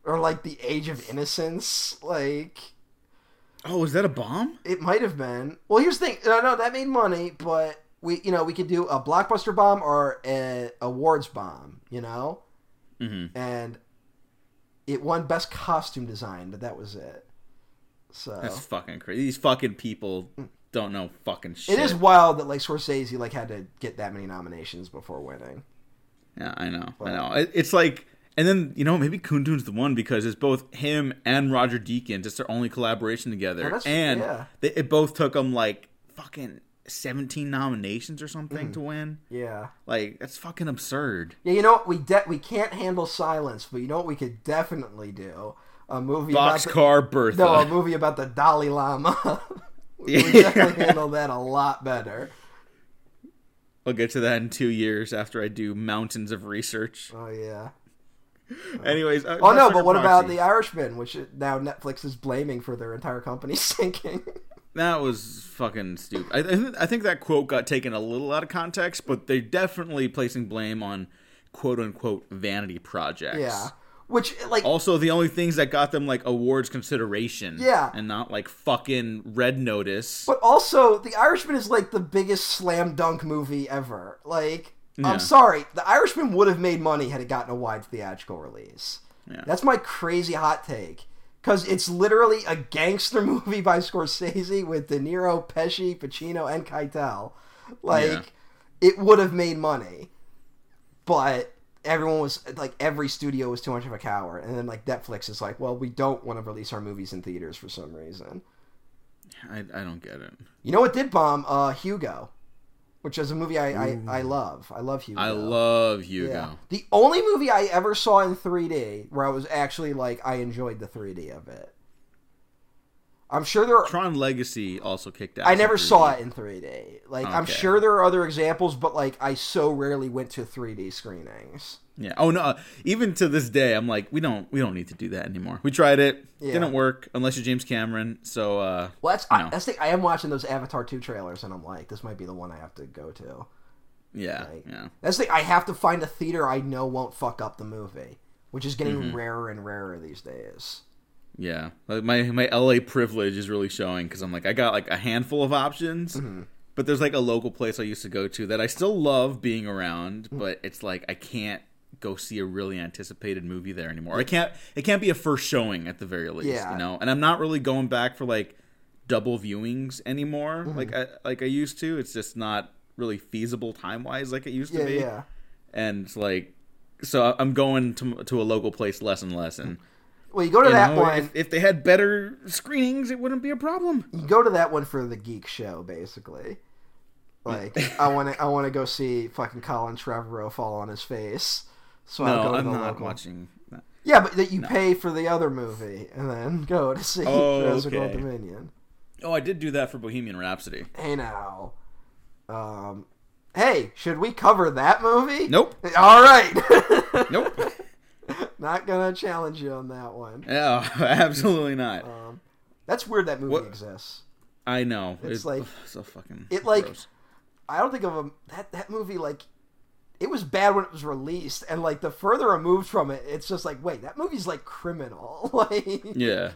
or like the Age of Innocence. Like
Oh, is that a bomb?
it might have been. Well, here's the thing. No, no, that made money, but we you know we could do a blockbuster bomb or a awards bomb. You know,
Mm-hmm.
and it won best costume design, but that was it. So
That's fucking crazy. These fucking people don't know fucking shit.
It is wild that like Scorsese like had to get that many nominations before winning.
Yeah, I know. I know. It, it's like And then you know maybe Kuntun's the one because it's both him and Roger Deakins. It's their only collaboration together,
that's-
and
yeah.
they, it both took them like fucking seventeen nominations or
Mm.
something to win.
Yeah.
Like that's fucking absurd.
Yeah, you know what? We de- we can't handle silence, but you know what we could definitely do? A movie about
Boxcar
the,
Bertha.
No, a movie about the Dalai Lama. we would
Yeah.
definitely handle that a lot better.
I'll get to that in two years after I do mountains of research.
Oh yeah.
Anyways, uh,
Oh
Death
no, but
Under
what about
Proxy.
The Irishman, which is- now Netflix is blaming for their entire company sinking?
That was fucking stupid. I, I, think- I think that quote got taken a little out of context, but they're definitely placing blame on quote unquote vanity projects.
yeah. Which like
Also, the only things that got them like awards consideration.
Yeah.
And not like fucking red notice.
But also, The Irishman is like the biggest slam dunk movie ever. Like,
Yeah.
I'm sorry, The Irishman would have made money had it gotten a wide theatrical release.
Yeah.
That's my crazy hot take. Because it's literally a gangster movie by Scorsese with De Niro, Pesci, Pacino, and Keitel. Like,
Yeah.
it would have made money. But everyone was, like, every studio was too much of a coward. And then, like, Netflix is like, well, we don't want to release our movies in theaters for some reason.
I, I don't get it.
You know what did bomb? Uh, Hugo, which is a movie I, I, I love. I love Hugo.
I love Hugo.
Yeah. The only movie I ever saw in 3D where I was actually like I enjoyed the 3D of it. I'm sure there. Are,
Tron Legacy also kicked out.
I never saw it in 3D. Like I'm
Okay.
sure there are other examples, but like I so rarely went to 3D screenings.
Yeah. Oh no. uh, Even to this day, I'm like, we don't, we don't need to do that anymore. We tried it.
Yeah.
Didn't work unless you're James Cameron. So, uh,
Well, that's
No.
I, that's the thing. I am watching those Avatar 2 trailers, and I'm like, this might be the one I have to go to.
yeah,
Like,
yeah.
That's the thing. I have to find a theater I know won't fuck up the movie, which is getting
Mm-hmm.
rarer and rarer these days.
Yeah, like my my LA privilege is really showing because I'm like I got like a handful of options,
Mm-hmm.
but there's like a local place I used to go to that I still love being around,
Mm.
but it's like I can't go see a really anticipated movie there anymore. I can't it can't be a first showing at the very least,
Yeah.
you know. And I'm not really going back for like double viewings anymore,
Mm-hmm.
like I like I used to. It's just not really feasible time wise like it used
Yeah,
to be
yeah.
and it's like so I- I'm going to to a local place less and less, and
Well, you go to
you
that
know,
one.
if, if they had better screenings, it wouldn't be a problem.
You go to that one for the geek show, basically. Like I want to, I want to go see fucking Colin Trevorrow fall on his face. So I'll go
No,
to
I'm
the
not
local.
watching. That.
Yeah, but that you pay for the other movie and then go to see
Oh,
Resident
okay.
Dominion.
Oh, I did do that for Bohemian Rhapsody.
Hey now, um, hey, should we cover that movie?
Nope.
All right.
Nope.
Not gonna challenge you on that one.
no, absolutely not.
Um, that's weird that movie
What-
exists.
I know.
it's like-
ugh, so fucking.
it like-
gross.
I don't think of a that that movie like it was bad when it was released, and like the further removed from it, it's just like wait, that movie's like criminal. like
Yeah.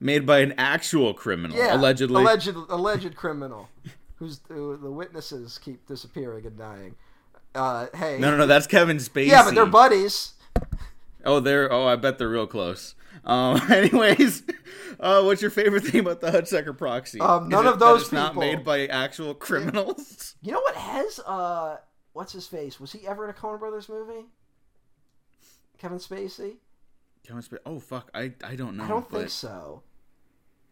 Made by an actual criminal,
yeah,
allegedly.
alleged alleged criminal, who's who, the witnesses keep disappearing and dying. Uh, hey,
no, no, no. That's Kevin Spacey.
yeah, but they're buddies.
Oh, they're. Oh, I bet they're real close. Um. Anyways, uh, what's your favorite thing about the Hudsucker Proxy?
Um,
Is
none
it
of those
that it's not
people.
made by actual criminals.
You know what has uh what's his face? Was he ever in a Coen Brothers movie? Kevin Spacey?
Kevin Spacey. Oh fuck, I I don't know.
I don't
but
think so.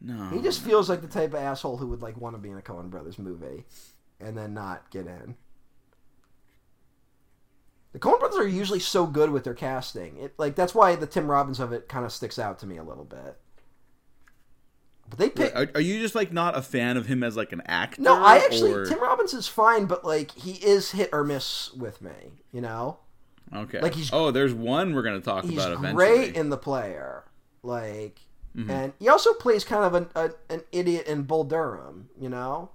No,
He just feels like the type of asshole who would like want to be in a Coen Brothers movie, and then not get in. The Coen Brothers are usually so good with their casting. It like that's why the Tim Robbins of it kind of sticks out to me a little bit. But they pick.
Are, are you just like not a fan of him as like an actor?
no, I actually
or-
Tim Robbins is fine, but like he is hit or miss with me. You know,
okay.
like, he's-
oh, there's one we're gonna talk
he's
about eventually. Mm-hmm.
great in the player, like, and he also plays kind of an a, an idiot in Bull Durham. You know,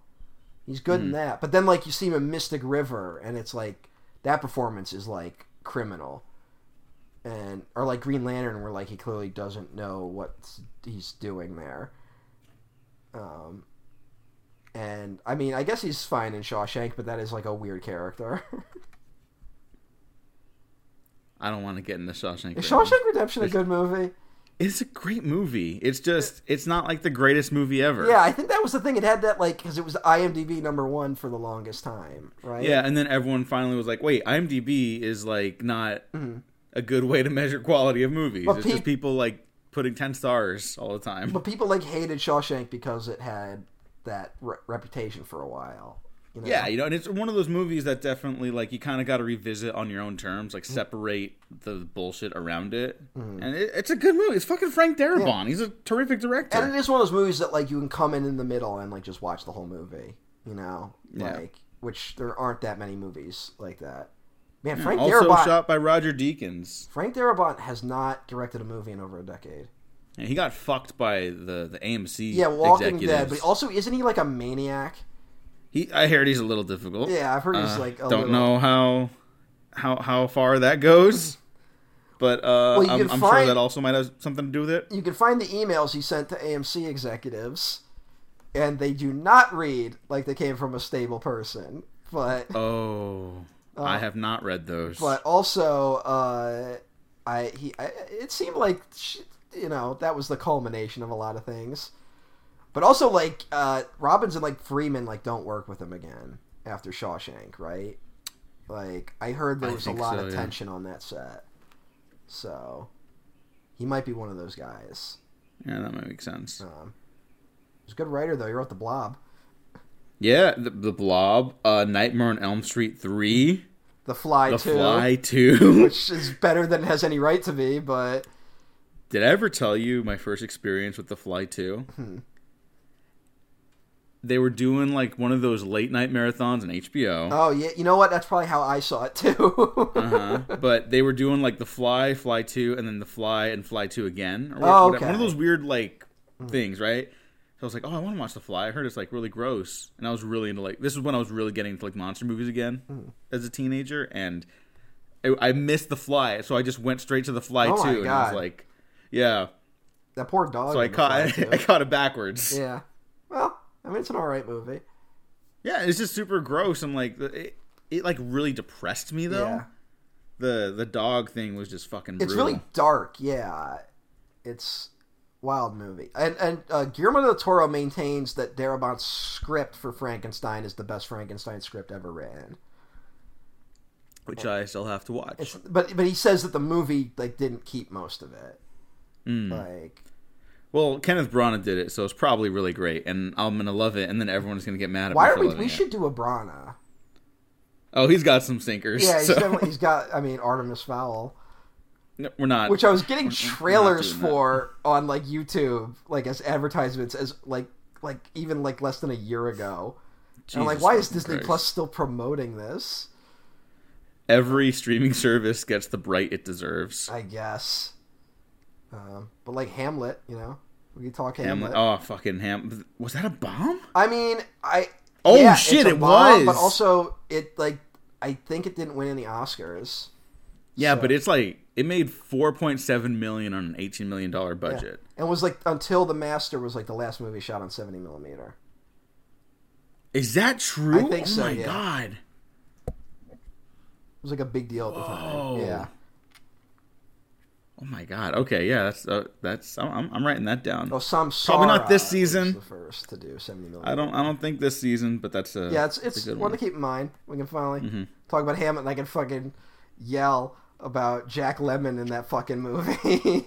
he's good in that. But then, like, you see him in Mystic River, and it's like that performance is like criminal, and or like Green Lantern, where like he clearly doesn't know what he's doing there. Um, and I mean, I guess he's fine in Shawshank, but that is like a weird character.
I don't want to get in the Shawshank.
is
Redemption.
Shawshank Redemption a good movie?
It's a great movie. It's just it's not like the greatest movie ever.
Yeah, I think that was the thing. It had that like because it was IMDb number one for the longest time, right?
Yeah, and then everyone finally was like, "Wait, IMDb is like not
Mm-hmm.
a good way to measure quality of movies.
Well,
it's
peop-
just people like putting ten stars all the time."
But people like hated Shawshank because it had that re- reputation for a while. You know?
yeah, you know, and it's one of those movies that definitely like you kind of got to revisit on your own terms,
Mm-hmm.
like separate the bullshit around it. And it, it's a good movie. It's fucking Frank Darabont. He's a terrific director.
and it is one of those movies that like you can come in in the middle and like just watch the whole movie. You know,
Yeah.
like which there aren't that many movies like that. Man, Frank
Hmm, also
Darabont.
shot by Roger Deakins.
Frank Darabont has not directed a movie in over a decade.
And he got fucked by the the AMC.
Yeah, Walking
executives.
Dead, but also isn't he like a maniac?
He, I heard he's a little difficult. Uh,
Yeah, I've heard he's like a
don't
little-
know how how how far that goes, but uh,
Well, you
I'm,
can
I'm sure
find-
that also might have something to do with it.
You can find the emails he sent to AMC executives, and they do not read like they came from a stable person. But
Oh, I have not read those.
Uh, but also, uh, I he I, it seemed like sh- you know that was the culmination of a lot of things. But also, like uh, Robbins and like Freeman, like don't work with him again after Shawshank, right? Like I heard there
I
was a
think
lot
so,
of
yeah.
tension on that set, so he might be one of those guys.
yeah, that might make sense.
Um, he's a good writer though. He wrote The Blob,
Yeah, the, the Blob, uh, Nightmare on Elm Street three,
The Fly
The
too,
Fly two.
which is better than it has any right to be. But
Did I ever tell you my first experience with The Fly two?
Hmm.
They were doing like one of those late night marathons on HBO.
oh yeah, you know what? That's probably how I saw it too.
uh-huh. but they were doing like the fly fly 2 and then the fly and fly 2 again or
Oh,
whatever- one of
okay. Mm.
those weird like things right so i was like oh i want to watch the fly i heard it's like really gross and i was really into like this is when i was really getting into like monster movies again
Mm.
as a teenager and I, I missed the fly so i just went straight to the fly
Oh,
2
my
and i
God.
was like yeah
that poor dog.
so i
in The Fly,
caught
too.
i caught it backwards
Yeah. Well, I mean, it's an all right movie.
Yeah, it's just super gross. I'm like, it, it like really depressed me though.
Yeah.
The the dog thing was just fucking.
It's
brutal.
really dark. Yeah, it's wild movie. And and uh, Guillermo del Toro maintains that Darabont's script for Frankenstein is the best Frankenstein script ever written.
which I still have to watch.
It's, but but he says that the movie like didn't keep most of it.
Hmm.
Like
well, Kenneth Branagh did it, so it's probably really great, and I'm gonna love it, and then everyone's gonna get mad at
why
me
are
for
we?
loving
We
it.
should do a Brana.
Oh, he's got some sinkers.
Yeah, he's,
so-
definitely, he's got. I mean, Artemis Fowl,
No, we're not.
which I was getting trailers
doing that.
for on like YouTube, like as advertisements, as like like even like less than a year ago. And I'm like,
Jesus
why is
fucking
Disney
Christ.
Plus still promoting this?
Every streaming service gets the bright it deserves.
I guess. Um, but like Hamlet, you know, we could talk Hamlet.
Hamlet. Oh, fucking Ham. Was that a bomb?
I mean, I.
Oh,
yeah,
shit,
it's a
it
bomb, But
was.
also, it like I think it didn't win any Oscars.
Yeah,
So-
but it's like it made 4.7 million on an 18 million dollar budget.
and was like until the Master was like the last movie shot on seventy millimeter.
Is that true?
I think
oh
so,
my
yeah.
god.
It was like a big deal at the
Whoa.
time. Yeah,
Oh my god. Okay, yeah, that's uh, that's I'm- I'm, I'm writing that down.
well, Samsara
Probably not this
was
season.
the first to do seventy millimeter.
I don't I don't think this season, but that's a
Yeah,
that's
it's
a
it's
good
one,
one. Mm-hmm.
to keep in mind. We can finally talk about Hammett, and I can fucking yell about Jack Lemon in that fucking movie,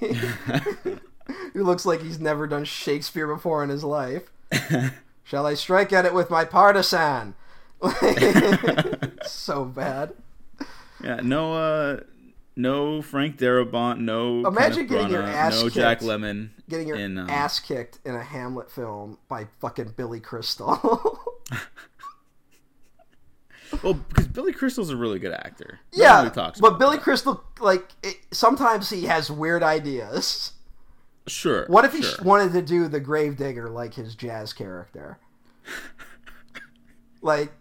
who looks like he's never done Shakespeare before in his life. Shall I strike at it with my partisan? so bad.
Yeah, no, uh, no Frank Darabont, no. Kenneth
Imagine getting your
Branagh,
ass
No
kicked.
Jack Lemon.
Getting your
in, um,
ass kicked in a Hamlet film by fucking Billy Crystal.
Well, because Billy Crystal's a really good actor.
yeah,
Nobody talks
but
about
Billy
that.
Crystal, like, it, sometimes he has weird ideas.
Sure.
What if he
sure.
wanted to do the Gravedigger like his jazz character? like,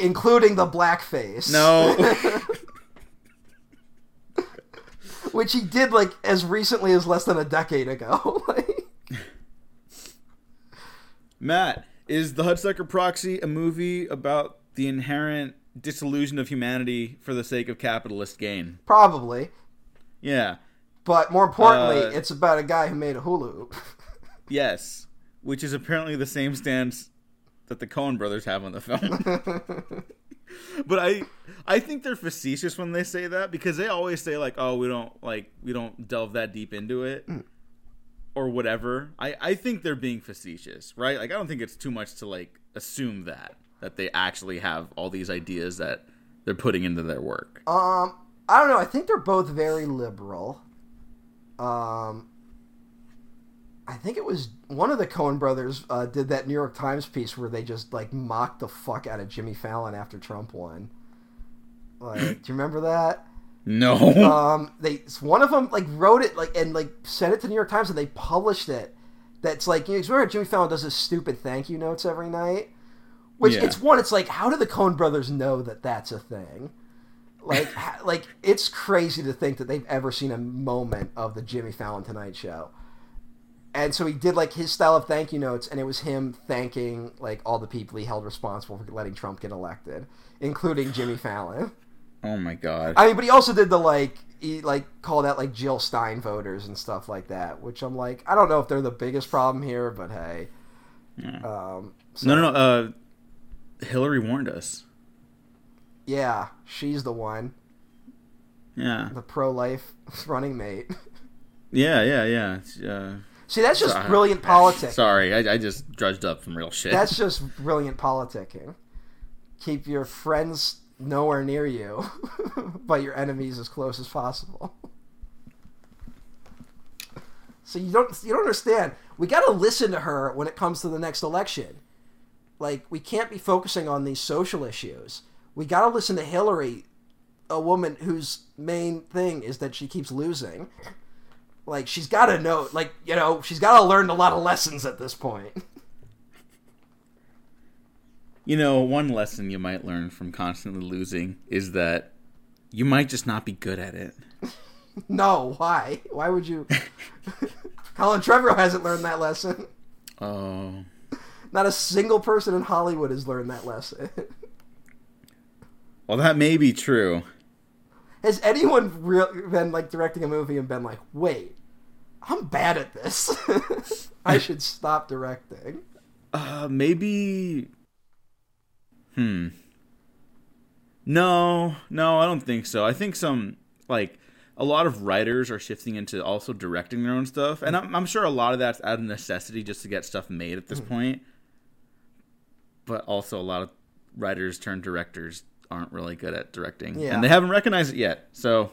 including the blackface.
No.
Which he did, like, as recently as less than a decade ago. like,
Matt, is The Hudsucker Proxy a movie about the inherent disillusion of humanity for the sake of capitalist gain?
probably.
Yeah.
But more importantly,
Uh,
it's about a guy who made a hula hoop.
Yes, which is apparently the same stance that the Coen brothers have on the film. but I I think they're facetious when they say that because they always say like, "Oh, we don't like we don't delve that deep into it." Or whatever. I, I think they're being facetious, right? Like I don't think it's too much to like assume that that they actually have all these ideas that they're putting into their work.
Um, I don't know. I think they're both very liberal. Um, I think it was one of the Cohen brothers uh, did that New York Times piece where they just like mocked the fuck out of Jimmy Fallon after Trump won. Like, do you remember that?
no.
Um, they one of them like wrote it like and like sent it to the New York Times and they published it. That's like you know, 'cause remember Jimmy Fallon does his stupid thank you notes every night. Which
Yeah.
it's one. It's like how do the Coen Brothers know that that's a thing? Like ha- like it's crazy to think that they've ever seen a moment of the Jimmy Fallon Tonight Show. And so he did like his style of thank you notes, and it was him thanking like all the people he held responsible for letting Trump get elected, including Jimmy Fallon.
oh my god.
I mean, but he also did the like he like called out like Jill Stein voters and stuff like that, which I'm like, I don't know if they're the biggest problem here, but hey, um, so,
no, no, no. Uh, Hillary warned us.
yeah, she's the one,
Yeah.
the pro life running mate.
Yeah, yeah, yeah. It's, Uh,
See, that's just
Sorry.
brilliant politics.
sorry, I, I just drudged up from real shit.
That's just brilliant politicking. Keep your friends nowhere near you, but your enemies as close as possible. So you don't you don't understand. We got to listen to her when it comes to the next election. Like we can't be focusing on these social issues. We got to listen to Hillary, a woman whose main thing is that she keeps losing. Like she's got to know, like you know, she's got to learn a lot of lessons at this point.
you know, one lesson you might learn from constantly losing is that you might just not be good at it.
No, why? Why would you? Colin Trevorrow hasn't learned that lesson.
Oh,
Not a single person in Hollywood has learned that lesson.
well, that may be true.
has anyone real been like directing a movie and been like, wait, I'm bad at this. I should stop directing.
Uh, maybe. Hmm. No, no, I don't think so. I think some like a lot of writers are shifting into also directing their own stuff, and I'm, I'm sure a lot of that's out of necessity just to get stuff made at this point. But also, a lot of writers turned directors aren't really good at directing,
Yeah.
and they haven't recognized it yet. So,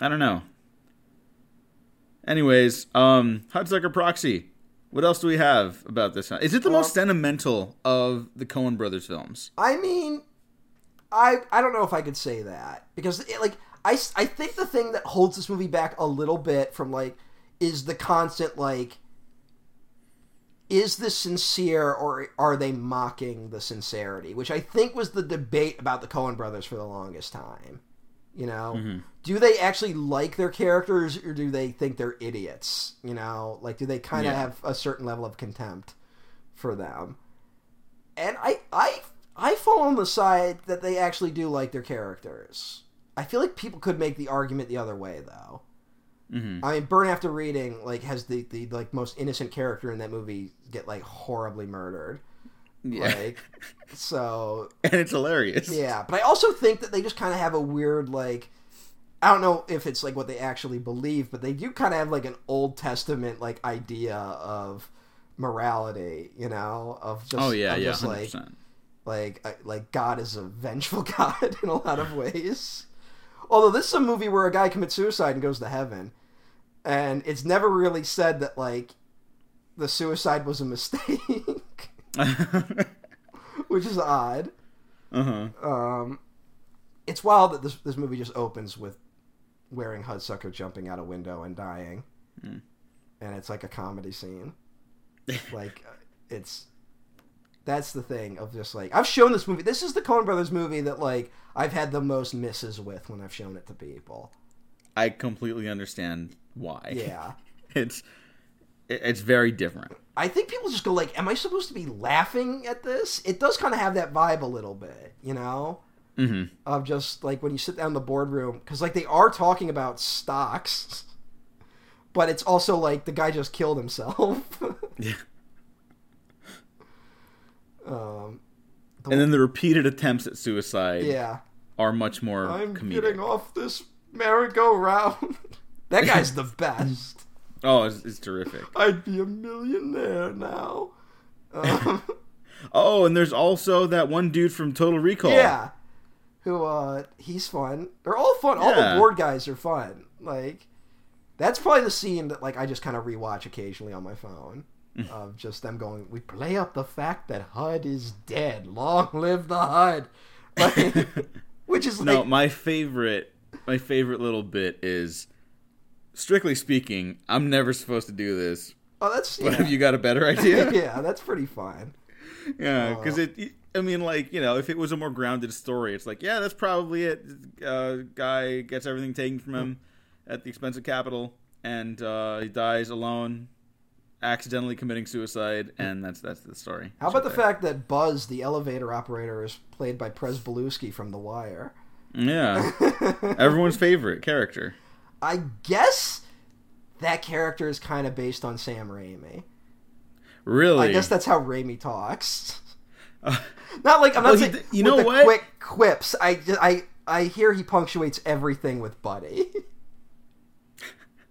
I don't know. Anyways, um, Hudsucker Proxy. What else do we have about this? Is it the most sentimental of the Coen Brothers films?
I mean, I I don't know if I could say that because it, like I s- I think the thing that holds this movie back a little bit from like is the constant like is this sincere or are they mocking the sincerity, which I think was the debate about the Coen brothers for the longest time. You know, do they actually like their characters or do they think they're idiots? You know, like do they kind of
Yeah.
have a certain level of contempt for them? and I I I fall on the side that they actually do like their characters. I feel like people could make the argument the other way though.
Mhm.
I mean, Burn After Reading like has the, the like most innocent character in that movie get like horribly murdered. Like so
and it's hilarious.
yeah, but I also think that they just kind of have a weird like I don't know if it's like what they actually believe, but they do kind of have like an Old Testament like idea of morality, you know, of just
Oh yeah,
of
yeah,
just,
hundred
like
percent.
like I- like God is a vengeful God in a lot of ways. Although this is a movie where a guy commits suicide and goes to heaven, and it's never really said that like the suicide was a mistake, which is odd.
uh huh.
Um, it's wild that this this movie just opens with wearing Hudsucker jumping out a window and dying, and it's like a comedy scene. like it's that's the thing of just like I've shown this movie. This is the Coen Brothers movie that like I've had the most misses with when I've shown it to people.
I completely understand why.
Yeah.
it's it- it's very different.
I think people just go like, "Am I supposed to be laughing at this?" It does kind of have that vibe a little bit, you know,
Mhm.
of just like when you sit down in the boardroom because like they are talking about stocks, but it's also like the guy just killed himself.
Yeah.
um,
And then the repeated attempts at suicide
yeah.
are much more
I'm
comedic.
getting off this merry-go-round. that guy's the best.
Oh, it's, it's terrific.
I'd be a millionaire now. Um,
Oh, and there's also that one dude from Total Recall.
yeah. Who, uh, he's fun. They're all fun. All the
Yeah.
board guys are fun. Like, that's probably the scene that, like, I just kind of rewatch occasionally on my phone.
Mm.
Of just them going, we play up the fact that HUD is dead. Long live the HUD. Like, which is
No,
like,
my favorite, my favorite little bit is, strictly speaking, I'm never supposed to do this.
oh, that's
But
yeah.
have you got a better idea?
yeah, that's pretty fun.
Yeah, because it. I mean, like you know, if it was a more grounded story, it's like, yeah, that's probably it. Uh, guy gets everything taken from him at the expense of capital, and uh, he dies alone, accidentally committing suicide, and that's that's the story.
Hmm. How about the fact that Buzz, the elevator operator, is played by Prez Belusky from The Wire?
Yeah, everyone's favorite character.
I guess that character is kind of based on Sam Raimi.
Really,
I guess that's how Raimi talks. Not like I'm
Well,
not
he
saying
d- you
with
know
the
what?
quick quips. I, ju- I I hear he punctuates everything with Buddy.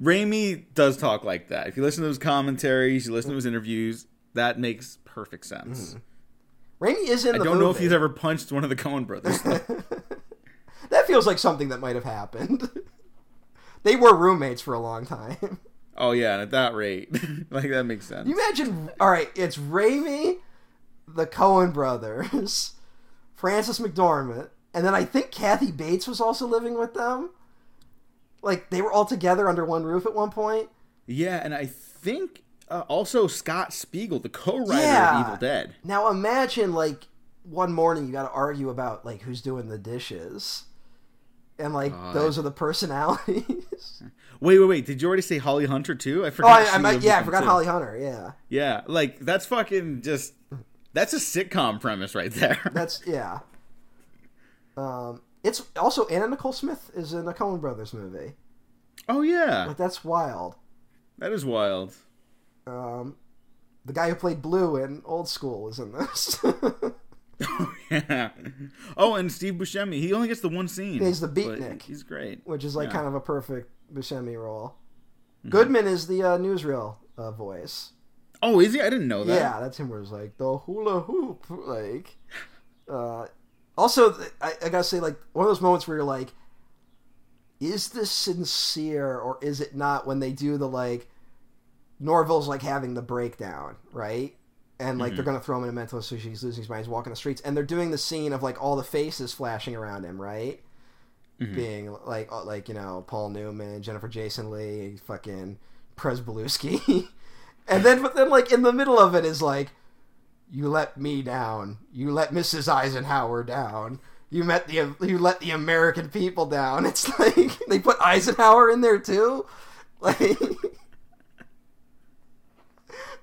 Raimi does talk like that. If you listen to his commentaries, you listen to his interviews, that makes perfect sense.
Raimi is in
I
Mm-hmm. the
don't
movie.
know if he's ever punched one of the Coen brothers. though.
That feels like something that might have happened. they were roommates for a long time.
oh yeah, and at that rate, like that makes sense.
You imagine? All right, it's Raimi, the Cohen brothers, Francis McDormand, and then I think Kathy Bates was also living with them. Like they were all together under one roof at one point.
Yeah, and I think uh, also Scott Spiegel, the co-writer
Yeah.
of Evil Dead.
Now imagine like one morning you got to argue about like who's doing the dishes, and like
God.
those are the personalities.
Wait, wait, wait. Did you already say Holly Hunter too? I
oh,
forgot.
I, I,
she
might-
lived
yeah, I
with
forgot
them, too.
Holly Hunter. Yeah,
Yeah, like that's fucking just that's a sitcom premise right there.
that's yeah. Um, it's also Anna Nicole Smith is in a Cohen brothers movie.
oh yeah,
Like that's wild.
that is wild.
Um, the guy who played Blue in Old School is in this.
yeah. Oh, and Steve Buscemi. He only gets the one scene.
He's the
but
beatnik.
He's great.
which is like
Yeah. Mm-hmm.
kind of a perfect Buscemi role. Goodman is the uh, newsreel uh, voice.
Oh, is he? I didn't know that.
Yeah, that's him. Where it's like the hula hoop, like. Uh, also, th- I, I gotta say, like one of those moments where you're like, is this sincere or is it not? When they do the like, Norville's like having the breakdown, right? And like they're
Mm-hmm.
gonna throw him in a mental institution. He's losing his mind. He's walking the streets, and they're doing the scene of like all the faces flashing around him, right?
Mm-hmm.
Being like, uh, like you know, Paul Newman, Jennifer Jason Lee, fucking Prez Belusky. And then, but then, like in the middle of it is like, you let me down. You let Mrs. Eisenhower down. You met the you let the American people down. It's like they put Eisenhower in there too. Like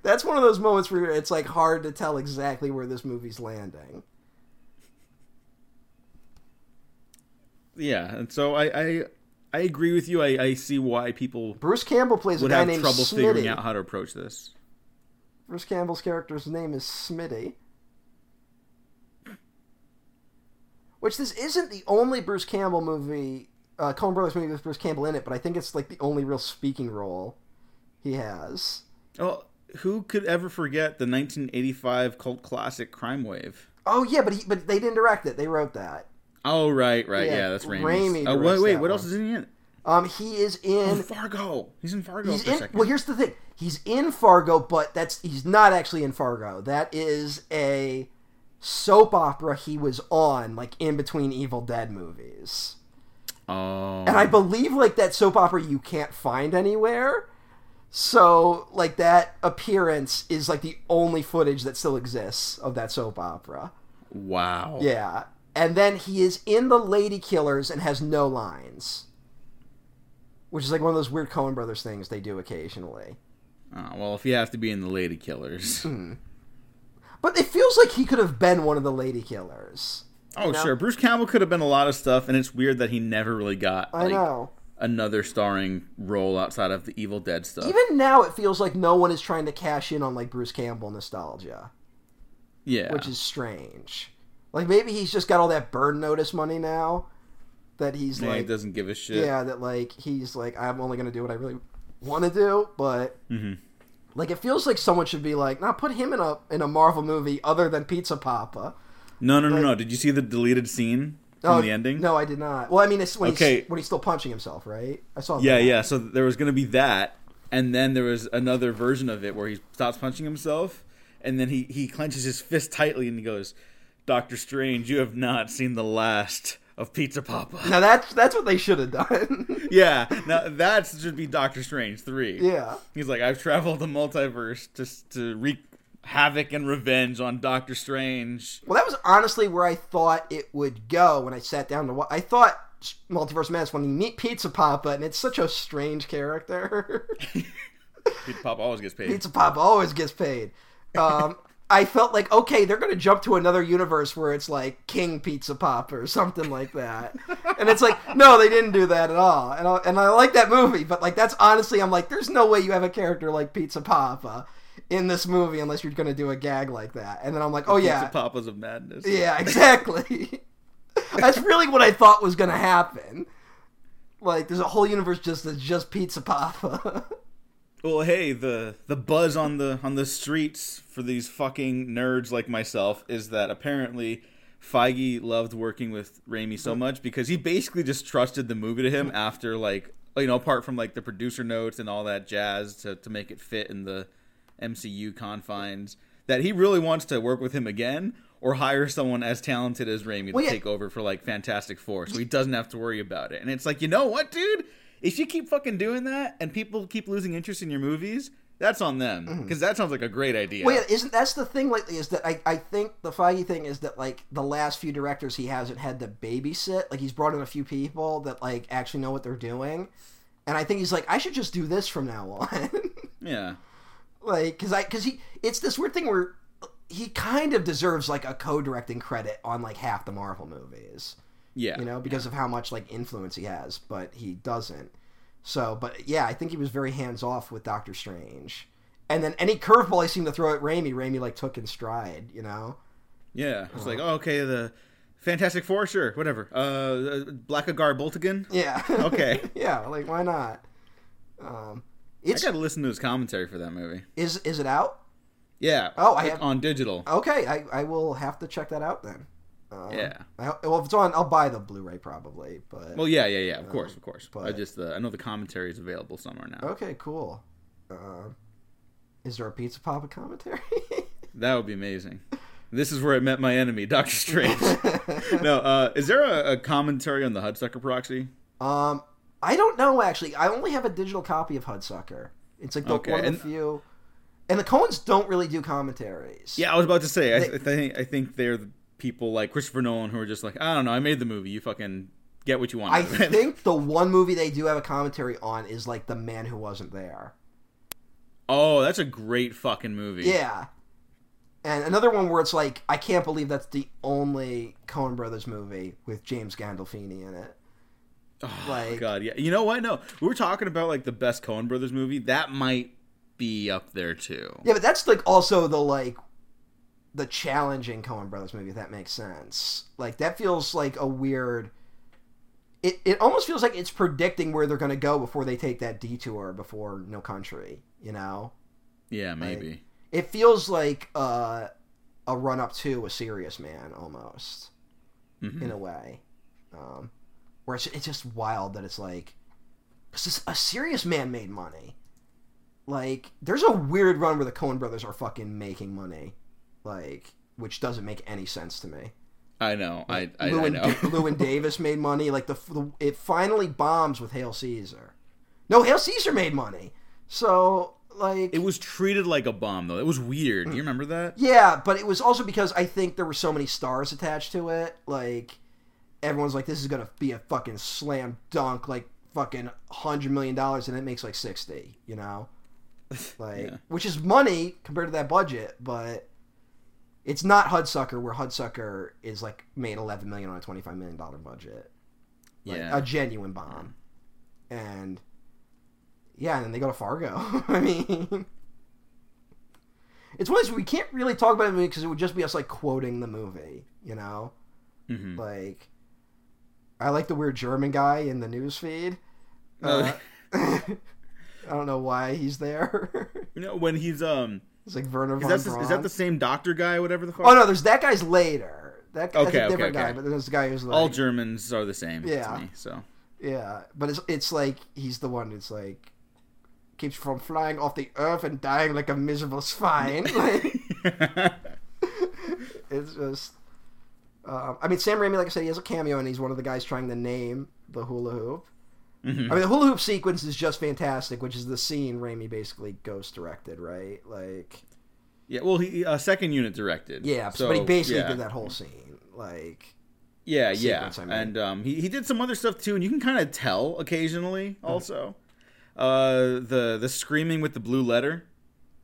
that's one of those moments where it's like hard to tell exactly where this movie's landing.
Yeah, and so I I, I agree with you. I, I see why people
Bruce Campbell plays
would
a guy
have
named
trouble
Smitty.
figuring out how to approach this.
Bruce Campbell's character's name is Smitty. Which this isn't the only Bruce Campbell movie, uh, Coen Brothers movie with Bruce Campbell in it, but I think it's like the only real speaking role he has.
Oh, who could ever forget the 1985 cult classic Crime Wave?
Oh yeah, but he, but they didn't direct it; they wrote that.
Oh right, right,
Yeah,
yeah, that's
Raimi
Raimi. Oh
directs
wait, wait,
that
what else
one.
is he in?
Um, he is
Oh,
in.
Fargo. He's in Fargo
He's
for a
in.
second.
Well, here's the thing: he's in Fargo, but that's he's not actually in Fargo. That is a soap opera he was on, like in between Evil Dead movies.
oh,
and I believe like that soap opera you can't find anywhere. So like that appearance is like the only footage that still exists of that soap opera.
wow.
Yeah. And then he is in the Lady Killers and has no lines. Which is like one of those weird Coen Brothers things they do occasionally.
Oh, well, if you have to be in the Lady Killers.
But it feels like he could have been one of the Lady Killers.
Oh
know?
sure, Bruce Campbell could have been a lot of stuff, and it's weird that he never really got.
I
like,
know.
another starring role outside of the Evil Dead stuff.
Even now, it feels like no one is trying to cash in on like Bruce Campbell nostalgia,
yeah,
which is strange. Like maybe he's just got all that burn notice money now that he's
Man, he
like,
doesn't give a shit.
yeah, that like he's like, I'm only gonna do what I really want to do. But
Mhm.
like, it feels like someone should be like, now put him in a in a Marvel movie other than Pizza Papa.
No, no, no, no. Did you see the deleted scene from the ending?
Oh, No, I did not. Well, I mean, it's when
Okay.
he's when he's still punching himself, right? I saw.
Yeah,
that.
yeah. So there was going to be that, and then there was another version of it where he stops punching himself, and then he he clenches his fist tightly and he goes, "Doctor Strange, you have not seen the last of Pizza Papa."
Now that's that's what they should have done.
yeah, now that should be Doctor Strange three.
yeah.
He's like, I've traveled the multiverse just to wreak havoc and revenge on Doctor Strange.
Well, that was honestly where I thought it would go when I sat down to watch. I thought Multiverse Madness when you meet Pizza Papa, and it's such a strange character.
Pizza Papa always gets paid.
Pizza Papa always gets paid. Um, I felt like okay, they're gonna jump to another universe where it's like King Pizza Papa or something like that, and it's like no, they didn't do that at all. And I, and I like that movie, but like that's honestly, I'm like, there's no way you have a character like Pizza Papa in this movie unless you're gonna do a gag like that. And then I'm like, oh yeah,
Pizza Papa's of madness.
Yeah, exactly. That's really what I thought was gonna happen. Like, there's a whole universe just that's just Pizza Papa.
Well, hey, the the buzz on the on the streets for these fucking nerds like myself is that apparently Feige loved working with Raimi so much because he basically just trusted the movie to him after like you know apart from like the producer notes and all that jazz to to make it fit in the MCU confines that he really wants to work with him again or hire someone as talented as Raimi to
Well, yeah.
take over for like Fantastic Four so he doesn't have to worry about it. And it's like, you know what, dude? If you keep fucking doing that and people keep losing interest in your movies, that's on them because that sounds like a great idea.
Mm-hmm. Well, yeah, isn't that's the thing lately? Is that I, I think the Feige thing is that like the last few directors he hasn't had to babysit. Like he's brought in a few people that like actually know what they're doing, and I think he's like, I should just do this from now on.
yeah.
like because i because he it's this weird thing where he kind of deserves like a co-directing credit on like half the marvel movies
Yeah.
you know because of how much like influence he has but he doesn't so but yeah i think he was very hands off with doctor strange and then any curveball he seemed to throw at Raimi, Raimi like took in stride, you know.
Yeah. It's like,
Uh-huh.
oh, okay, the Fantastic Four, sure, whatever. Uh, Uh, Black Agar Boltigan.
Yeah.
Okay.
yeah, like why not? Um,
I
it's
got to listen to his commentary for that movie.
is is it out?
Yeah.
Oh, I
It's
have-
on digital.
Okay, I, I will have to check that out then. Um,
Yeah.
I, well, if it's on, I'll buy the Blu-ray probably. But
Well, yeah, yeah, yeah. Of course, of course. I
Uh, but- Oh.
just uh, I know the commentary is available somewhere now.
Okay, cool. Uh, is there a Pizza Papa commentary?
That would be amazing. This is where I met my enemy, Doctor Strange. no, uh, is there a, a commentary on the Hudsucker Proxy?
um, I don't know actually. I only have a digital copy of Hudsucker. It's like the,
Okay,
one of
and-
the few. And the Coens don't really do commentaries.
Yeah, I was about to say. I, I think I think they're the people like Christopher Nolan who are just like, I don't know, I made the movie. You fucking get what you want.
I
out of it."
think the one movie they do have a commentary on is like The Man Who Wasn't There.
oh, that's a great fucking movie.
Yeah. And another one where it's like, I can't believe that's the only Coen Brothers movie with James Gandolfini in it.
Oh,
like-
God, yeah. You know what? No, we were talking about like the best Coen Brothers movie. That might be up there too.
Yeah, but that's like also the like the challenging Coen Brothers movie, if that makes sense. Like that feels like a weird it, it almost feels like it's predicting where they're gonna go before they take that detour before No Country, you know?
Yeah, maybe.
It feels like uh, a run up to a serious man almost
Mm-hmm.
in a way. Um, where it's, it's just wild that it's like, because a serious man made money. Like, there's a weird run where the Coen brothers are fucking making money, like, which doesn't make any sense to me.
I know. I I, I
Lewin,
know.
Lewin Davis made money. Like the, the it finally bombs with Hail Caesar. No, Hail Caesar made money. So like
It was treated like a bomb though. It was weird. Do you remember that?
Yeah, but it was also because I think there were so many stars attached to it. Like everyone's like, this is gonna be a fucking slam dunk, like fucking hundred million dollars, and it makes like sixty. You know, like
Yeah.
which is money compared to that budget, but it's not Hudsucker where Hudsucker is like made eleven million on a twenty five million dollar budget,
yeah.
a genuine bomb. and yeah, and then they go to Fargo. I mean, it's one of those we can't really talk about the movie because it would just be us like quoting the movie, you know?
Mhm.
Like, I like the weird German guy in the news feed. Uh,
Oh.
I don't know why he's there.
You know, when he's um,
it's like Werner
is
von
that the,
Braun.
is that the same doctor guy, whatever the fuck?
Oh no, there's that guy's later. That guy's
Okay,
a
okay,
different guy,
okay.
but then there's the guy who's like,
All Germans are the same.
Yeah.
To me, so
yeah. But it's it's like he's the one that's like keeps from flying off the earth and dying like a miserable swine. Like, it's just. Um, I mean, Sam Raimi, like I said, he has a cameo and he's one of the guys trying to name the hula hoop.
Mhm.
I mean, the hula hoop sequence is just fantastic, which is the scene Raimi basically ghost directed, right? Like,
yeah. Well, he uh, second unit directed.
yeah,
so,
but he basically
yeah.
did that whole scene. Like,
Yeah,
sequence,
yeah,
I mean.
and um, he he did some other stuff too, and you can kind of tell occasionally
Hmm.
also. Uh, the the screaming with the blue letter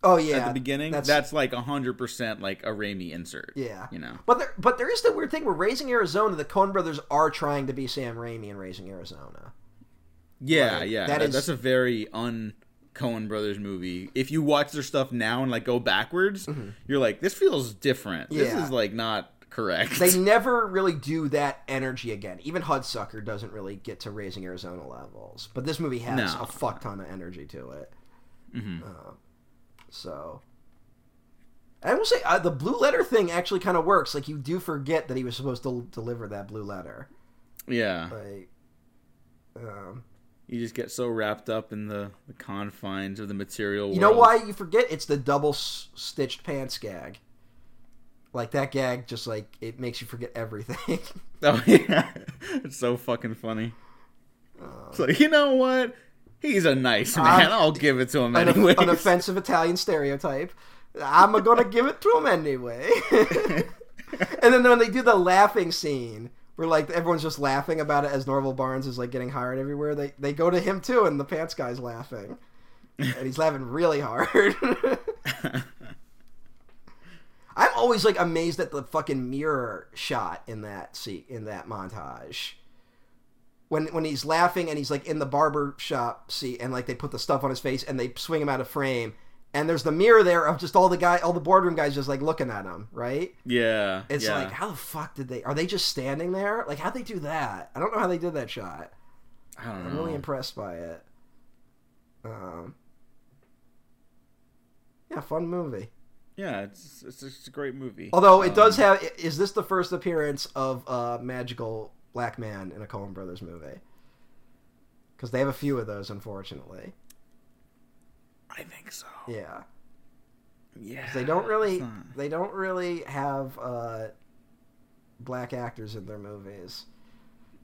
oh yeah,
at the beginning that's,
that's-
like hundred percent like a Raimi insert.
Yeah.
you know.
But there, but there is the weird thing where Raising Arizona, the Coen brothers are trying to be Sam Raimi in Raising Arizona.
Yeah,
Right.
yeah.
That
That
is-
that's a very un Cohen Brothers movie. If you watch their stuff now and like go backwards, you're like, this feels different.
Mm-hmm. Yeah.
This is like not correct.
They never really do that energy again. Even Hudsucker doesn't really get to Raising Arizona levels. But this movie has
No.
a fuck ton of energy to it. Uh, so. I will say uh, the blue letter thing actually kind of works. Like you do forget that he was supposed to l- deliver that blue letter.
yeah.
Like, um,
You just get so wrapped up in the, the confines of the material world.
You know why you forget? It's the double s- stitched pants gag. Like that gag, just like it makes you forget everything.
Oh yeah. it's so fucking funny.
Uh,
So you know what? He's a nice man. I'll give it to him
an,
anyway.
an offensive Italian stereotype. I'm gonna give it to him anyway. and then when they do the laughing scene, where like everyone's just laughing about it as Norval Barnes is like getting hired everywhere, they they go to him too, and the pants guy's laughing, and he's laughing really hard. I'm always like amazed at the fucking mirror shot in that se- in that montage. When when he's laughing and he's like in the barber shop seat and like they put the stuff on his face and they swing him out of frame and there's the mirror there of just all the guy all the boardroom guys just like looking at him, right?
yeah.
It's
yeah.
like how the fuck did they are they just standing there? Like how'd they do that? I don't know how they did that shot.
I don't know.
I'm really impressed by it. Um Yeah, fun movie.
yeah, it's, it's it's a great movie.
Although it does
Um,
have, is this the first appearance of a magical black man in a Coen Brothers movie? Because they have a few of those, unfortunately.
I think so.
Yeah,
Yeah.
'Cause they don't really,
It's not-
they don't really have uh, black actors in their movies.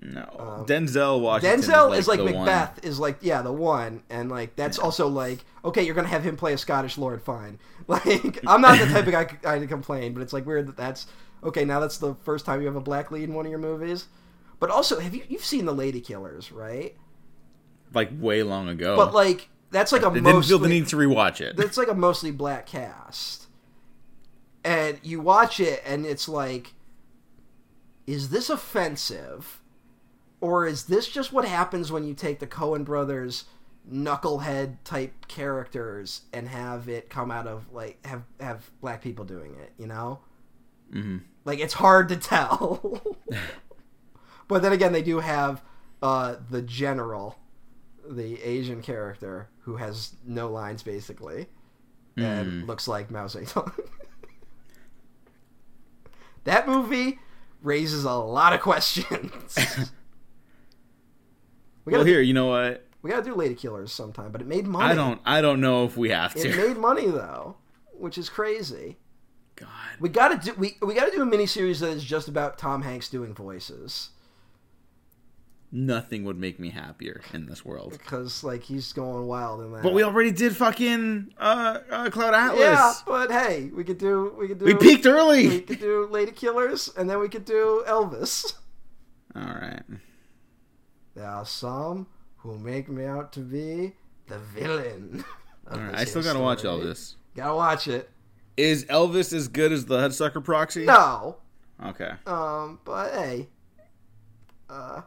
No.
Um,
Denzel Washington.
Denzel is like,
the one.
Macbeth is like yeah the one, and like that's also like okay you're gonna have him play a Scottish lord, fine. Like I'm not the type of guy I to complain, but it's like weird that that's okay now that's the first time you have a black lead in one of your movies. But also have you you've seen the Lady Killers right?
Like way long ago.
But like that's like a
they didn't feel the
mostly
need to rewatch it.
that's like a mostly black cast, and you watch it and it's like, is this offensive? or is this just what happens when you take the Cohen brothers knucklehead type characters and have it come out of like have have black people doing it you know
Mhm.
like it's hard to tell but then again they do have uh the general the asian character who has no lines basically
Hmm.
and looks like mao zedong that movie raises a lot of questions we gotta
well, here, you know what?
we gotta do Lady Killers sometime, but it made money.
I don't. I don't know if we have
It
to.
made money though, which is crazy.
God.
We gotta do we we gotta do a miniseries that is just about Tom Hanks doing voices
Nothing would make me happier in this world.
because like he's going wild in that.
But we already did fucking uh, uh Cloud Atlas.
yeah, but hey, we could do we could do
We peaked
we
early.
could do Lady Killers, and then we could do Elvis.
All right.
There are some who make me out to be the villain. of
All right.
this
I still
here
gotta watch
story.
Elvis.
Gotta watch it.
Is Elvis as good as the Hudsucker Proxy?
No,
Okay.
Um, but hey, uh,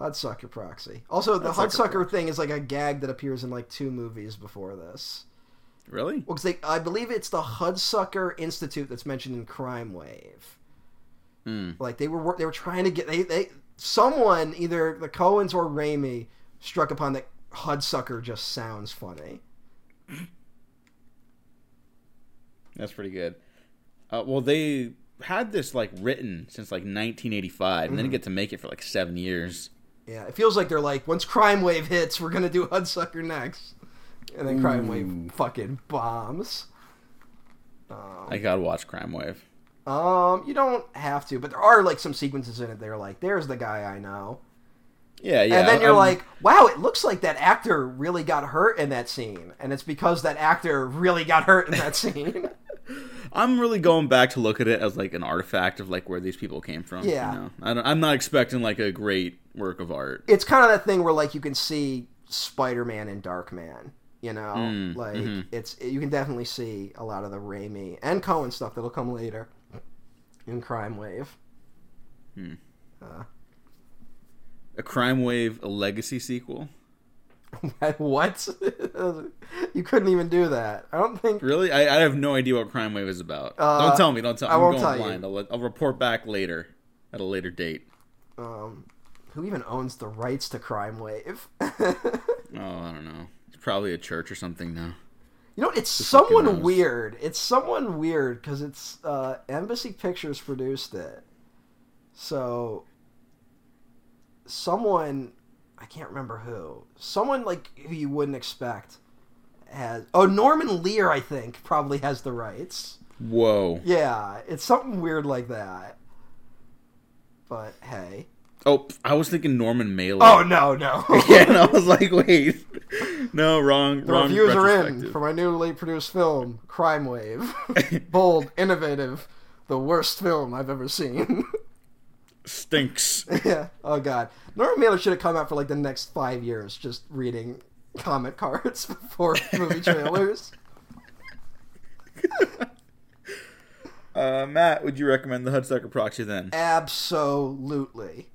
Hudsucker Proxy. Also, the
Hudsucker
Hudsucker thing is like a gag that appears in like two movies before this.
Really?
Well, 'cause they, I believe it's the Hudsucker Institute that's mentioned in Crime Wave.
Hmm.
Like they were wor- they were trying to get they they someone either the Cohens or Raimi struck upon that Hudsucker just sounds funny.
That's pretty good. Uh, well, they had this like written since like 1985, and they didn't get to make it for like seven years.
Yeah, it feels like they're like once Crime Wave hits, we're gonna do Hudsucker next, and then Crime Wave fucking bombs. Um,
I gotta watch Crime Wave.
um, you don't have to, but there are like some sequences in it. that are like, there's the guy I know.
Yeah, yeah.
and then
I- I'm-
you're like, wow, it looks like that actor really got hurt in that scene. And it's because that actor really got hurt in that scene.
I'm really going back to look at it as like an artifact of like where these people came from.
Yeah.
you know? I don't, I'm not expecting like a great work of art.
it's kind of that thing where, like, you can see Spider Man and Dark Man. You know?
Mm,
like,
mhm.
it's you can definitely see a lot of the Raimi and Cohen stuff that'll come later in Crime Wave.
Hmm.
Uh,
A Crime Wave, a legacy sequel.
what? you couldn't even do that. I don't think.
Really? I, I have no idea what Crime Wave is about.
Uh,
don't tell me. Don't tell.
I
I'm
won't
going
tell you.
blind. I'll, let- I'll report back later at a later date.
Um, who even owns the rights to Crime Wave?
Oh, I don't know. It's probably a church or something now.
You know, it's
fucking
someone
knows?
weird. It's someone weird because it's uh, Embassy Pictures produced it. So, someone I can't remember who. Someone like who you wouldn't expect has. Oh, Norman Lear, I think, probably has the rights.
Whoa.
Yeah, it's something weird like that. But hey,
Oh, I was thinking Norman Mailer.
oh no, no.
yeah, and I was like, wait, no, wrong,
The
wrong.
reviews are in
retrospective.
for my newly produced film, Crime Wave. Bold, innovative, the worst film I've ever seen.
stinks.
yeah. Oh god. Norman Mailer should have come out for like the next five years, just reading comic cards before movie trailers.
Uh, Matt, would you recommend the Hudsucker Proxy then?
Absolutely.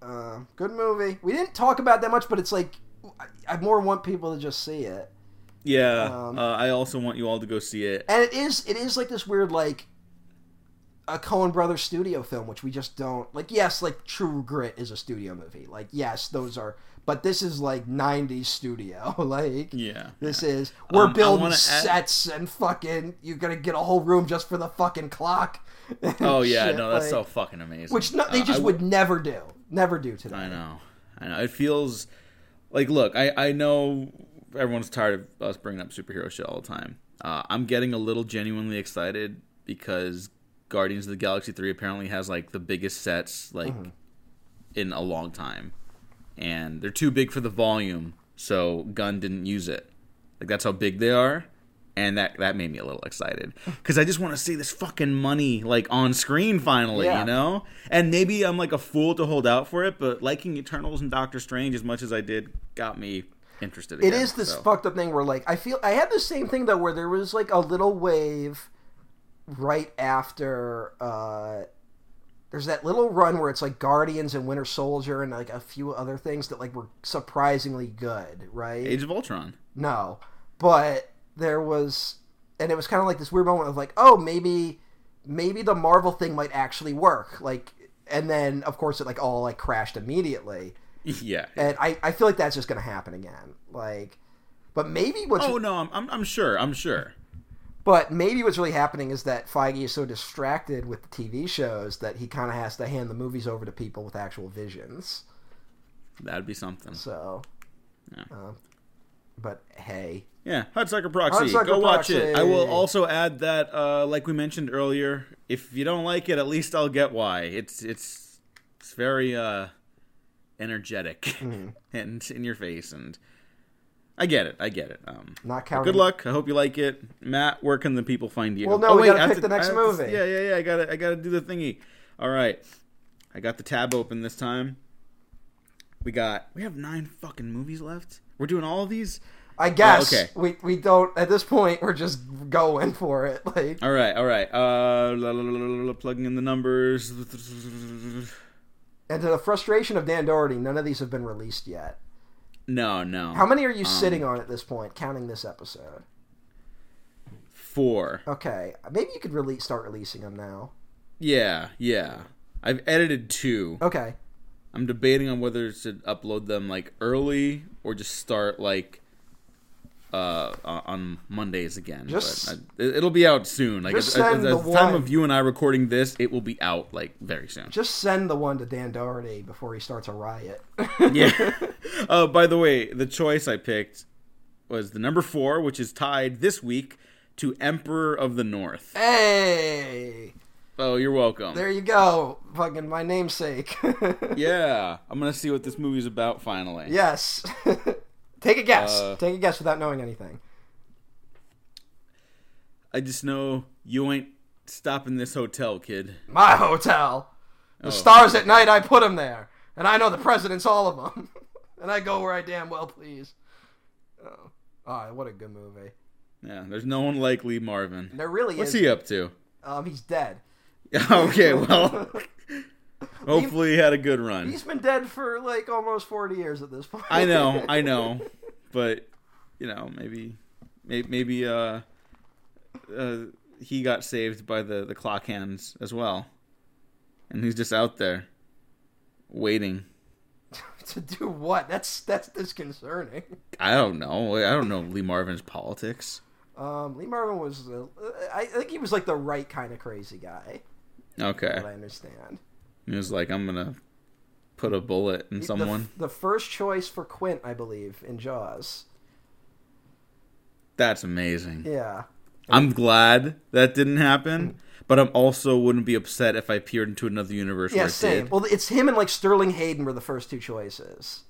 Uh, good movie. We didn't talk about that much, but it's like I, I more want people to just see it.
Yeah,
Um,
uh, I also want you all to go see it.
and it is it is like this weird like a Coen Brothers studio film, which we just don't like. Yes, like True Grit is a studio movie. Like yes, those are, but this is like '90s studio. like
Yeah,
this is we're
Um, I
building
wanna add-
sets and fucking you're gonna get a whole room just for the fucking clock. and
Oh yeah,
shit,
no, that's
like-
so fucking amazing.
Which no, they
Uh, I
just
w-
would never do, never do today.
I know, I know. It feels like look. I I know everyone's tired of us bringing up superhero shit all the time. Uh, I'm getting a little genuinely excited because Guardians of the Galaxy three apparently has like the biggest sets like
Mm-hmm.
in a long time, and they're too big for the volume, so Gunn didn't use it. Like that's how big they are. And that, that made me a little excited because I just want to see this fucking money like on screen finally,
Yeah.
you know. And maybe I'm like a fool to hold out for it, but liking Eternals and Doctor Strange as much as I did got me interested.
It
again,
is this
so.
fucked up thing where like I feel I had the same thing though where there was like a little wave right after uh there's that little run where it's like Guardians and Winter Soldier and like a few other things that like were surprisingly good, right?
Age of Ultron.
No. But there was and it was kind of like this weird moment of like, oh, maybe maybe the Marvel thing might actually work. Like and then of course it like all like crashed immediately.
yeah.
And I I feel like that's just going to happen again. Like but maybe what's
Oh no, I'm, I'm I'm sure. I'm sure.
But maybe what's really happening is that Feige is so distracted with the TV shows that he kind of has to hand the movies over to people with actual visions.
That'd be something.
So,
Yeah.
um, but hey,
Yeah, Hudsucker Proxy.
Hudsucker
Go watch it. I will
Proxy.
also add that, uh, like we mentioned earlier, if you don't like it, at least I'll get why. It's it's it's very uh, energetic
Mm-hmm.
and in your face, and I get it. I get it. Um,
not counting.
good luck. I hope you like it, Matt. Where can the people find you? Oh,
Well, no, we
wait,
gotta
I have
pick the next
I have to-
movie.
yeah, yeah, yeah. I gotta I gotta do the thingy. All right, I got the tab open this time. We got we have nine fucking movies left. We're doing all of these.
I guess
okay.
we we don't at this point. We're just going for it. Like
All right, all right. Uh, la, la, la, la, la, plugging in the numbers.
And to the frustration of Dan Doherty, none of these have been released yet.
No, no.
How many are
Um.
you sitting on at this point, counting this episode?
Four.
Okay, maybe you could release start releasing them now.
Yeah, yeah. I've edited two.
Okay,
I'm debating on whether to upload them like early or just start like uh on- on Mondays again.
Just-
but I, it- it'll be out soon. Like
Just
at- at-
send
at
the
the, time
one-
of you and I recording this, it will be out like very soon.
just send the one to Dan Doherty before he starts a riot.
yeah. Uh, by the way, the choice I picked was the number four, which is tied this week to Emperor of the North.
hey,
Oh, you're welcome.
there you go, fucking my namesake.
yeah, I'm gonna see what this movie's about finally.
Yes. Take a guess.
Uh,
Take a guess without knowing anything.
I just know you ain't stopping this hotel, kid.
My hotel.
Oh.
The stars at night, I put them there. And I know the presidents, all of them. and I go where I damn well please. Oh, Ah, what a good movie.
Yeah, there's no one like Lee Marvin.
There really
What's
is.
he up to?
Um, he's dead.
okay, well, hopefully he had a good run.
He's been dead for like almost 40 years at this point.
I know, I know, but you know, maybe, maybe, maybe uh, uh, he got saved by the the clock hands as well, and he's just out there waiting.
to do what? That's that's disconcerting.
I don't know. I don't know Lee Marvin's politics.
Um, Lee Marvin was, uh, I I think he was like the right kind of crazy guy.
Okay,
That I understand.
he was like, I'm gonna put a bullet in
The-
someone.
The, first choice for Quint, I believe, in Jaws.
That's amazing.
Yeah.
I'm glad that didn't happen, but I'm also wouldn't be upset if I peered into another universe
Yeah,
where it
same.
did.
Well, it's him and like Sterling Hayden were the first two choices.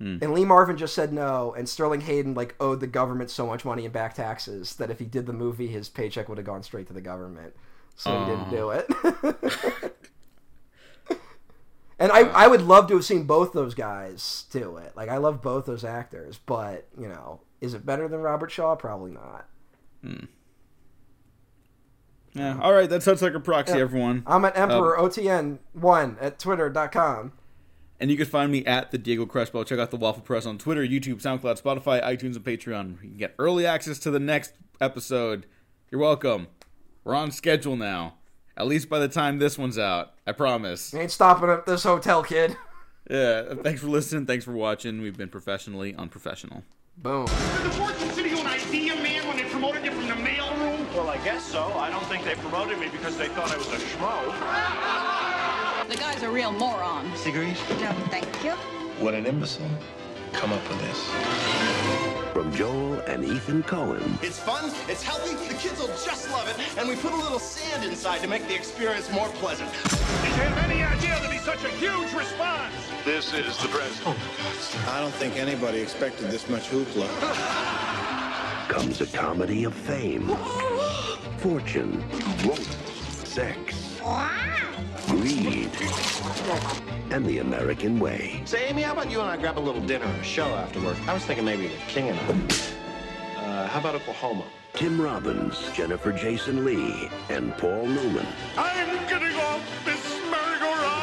And Lee Marvin just said no, and Sterling Hayden like owed the government so much money in back taxes that if he did the movie, his paycheck would have gone straight to the government. So he didn't do it. and I, I would love to have seen both those guys do it. Like I love both those actors, but you know, is it better than Robert Shaw? Probably not.
Yeah. All right, that sounds like a proxy, everyone.
I'm at Emperor OTN one at twitter.com.
And you can find me at the Diego Crespo. Check out the Waffle Press on Twitter, YouTube, SoundCloud, Spotify, iTunes, and Patreon. You can get early access to the next episode. You're welcome. We're on schedule now. At least by the time this one's out, I promise.
Ain't stopping at this hotel, kid.
Yeah. Thanks for listening. Thanks for watching. We've been professionally unprofessional.
Boom.
Did the board consider you an idea man when they promoted you from the mailroom?
Well, I guess so. I don't think they promoted me because they thought I was a schmo.
The guy's a real moron.
Cigarettes?
No, thank you.
What an imbecile. Come up with this.
From Joel and Ethan Cohen.
It's fun, it's healthy, the kids will just love it, and we put a little sand inside to make the experience more pleasant.
Did you have any idea there'd be such a huge response?
This is the president.
I don't think anybody expected this much hoopla.
comes a comedy of fame, fortune, rope, sex, greed, and the American way.
Say, Amy, how about you and I grab a little dinner or a show after work? I was thinking maybe the king and I. Uh, how about Oklahoma?
Tim Robbins, Jennifer Jason Lee, and Paul Newman.
I'm getting off this merry-go-round.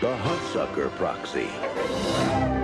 The Hudsucker Proxy.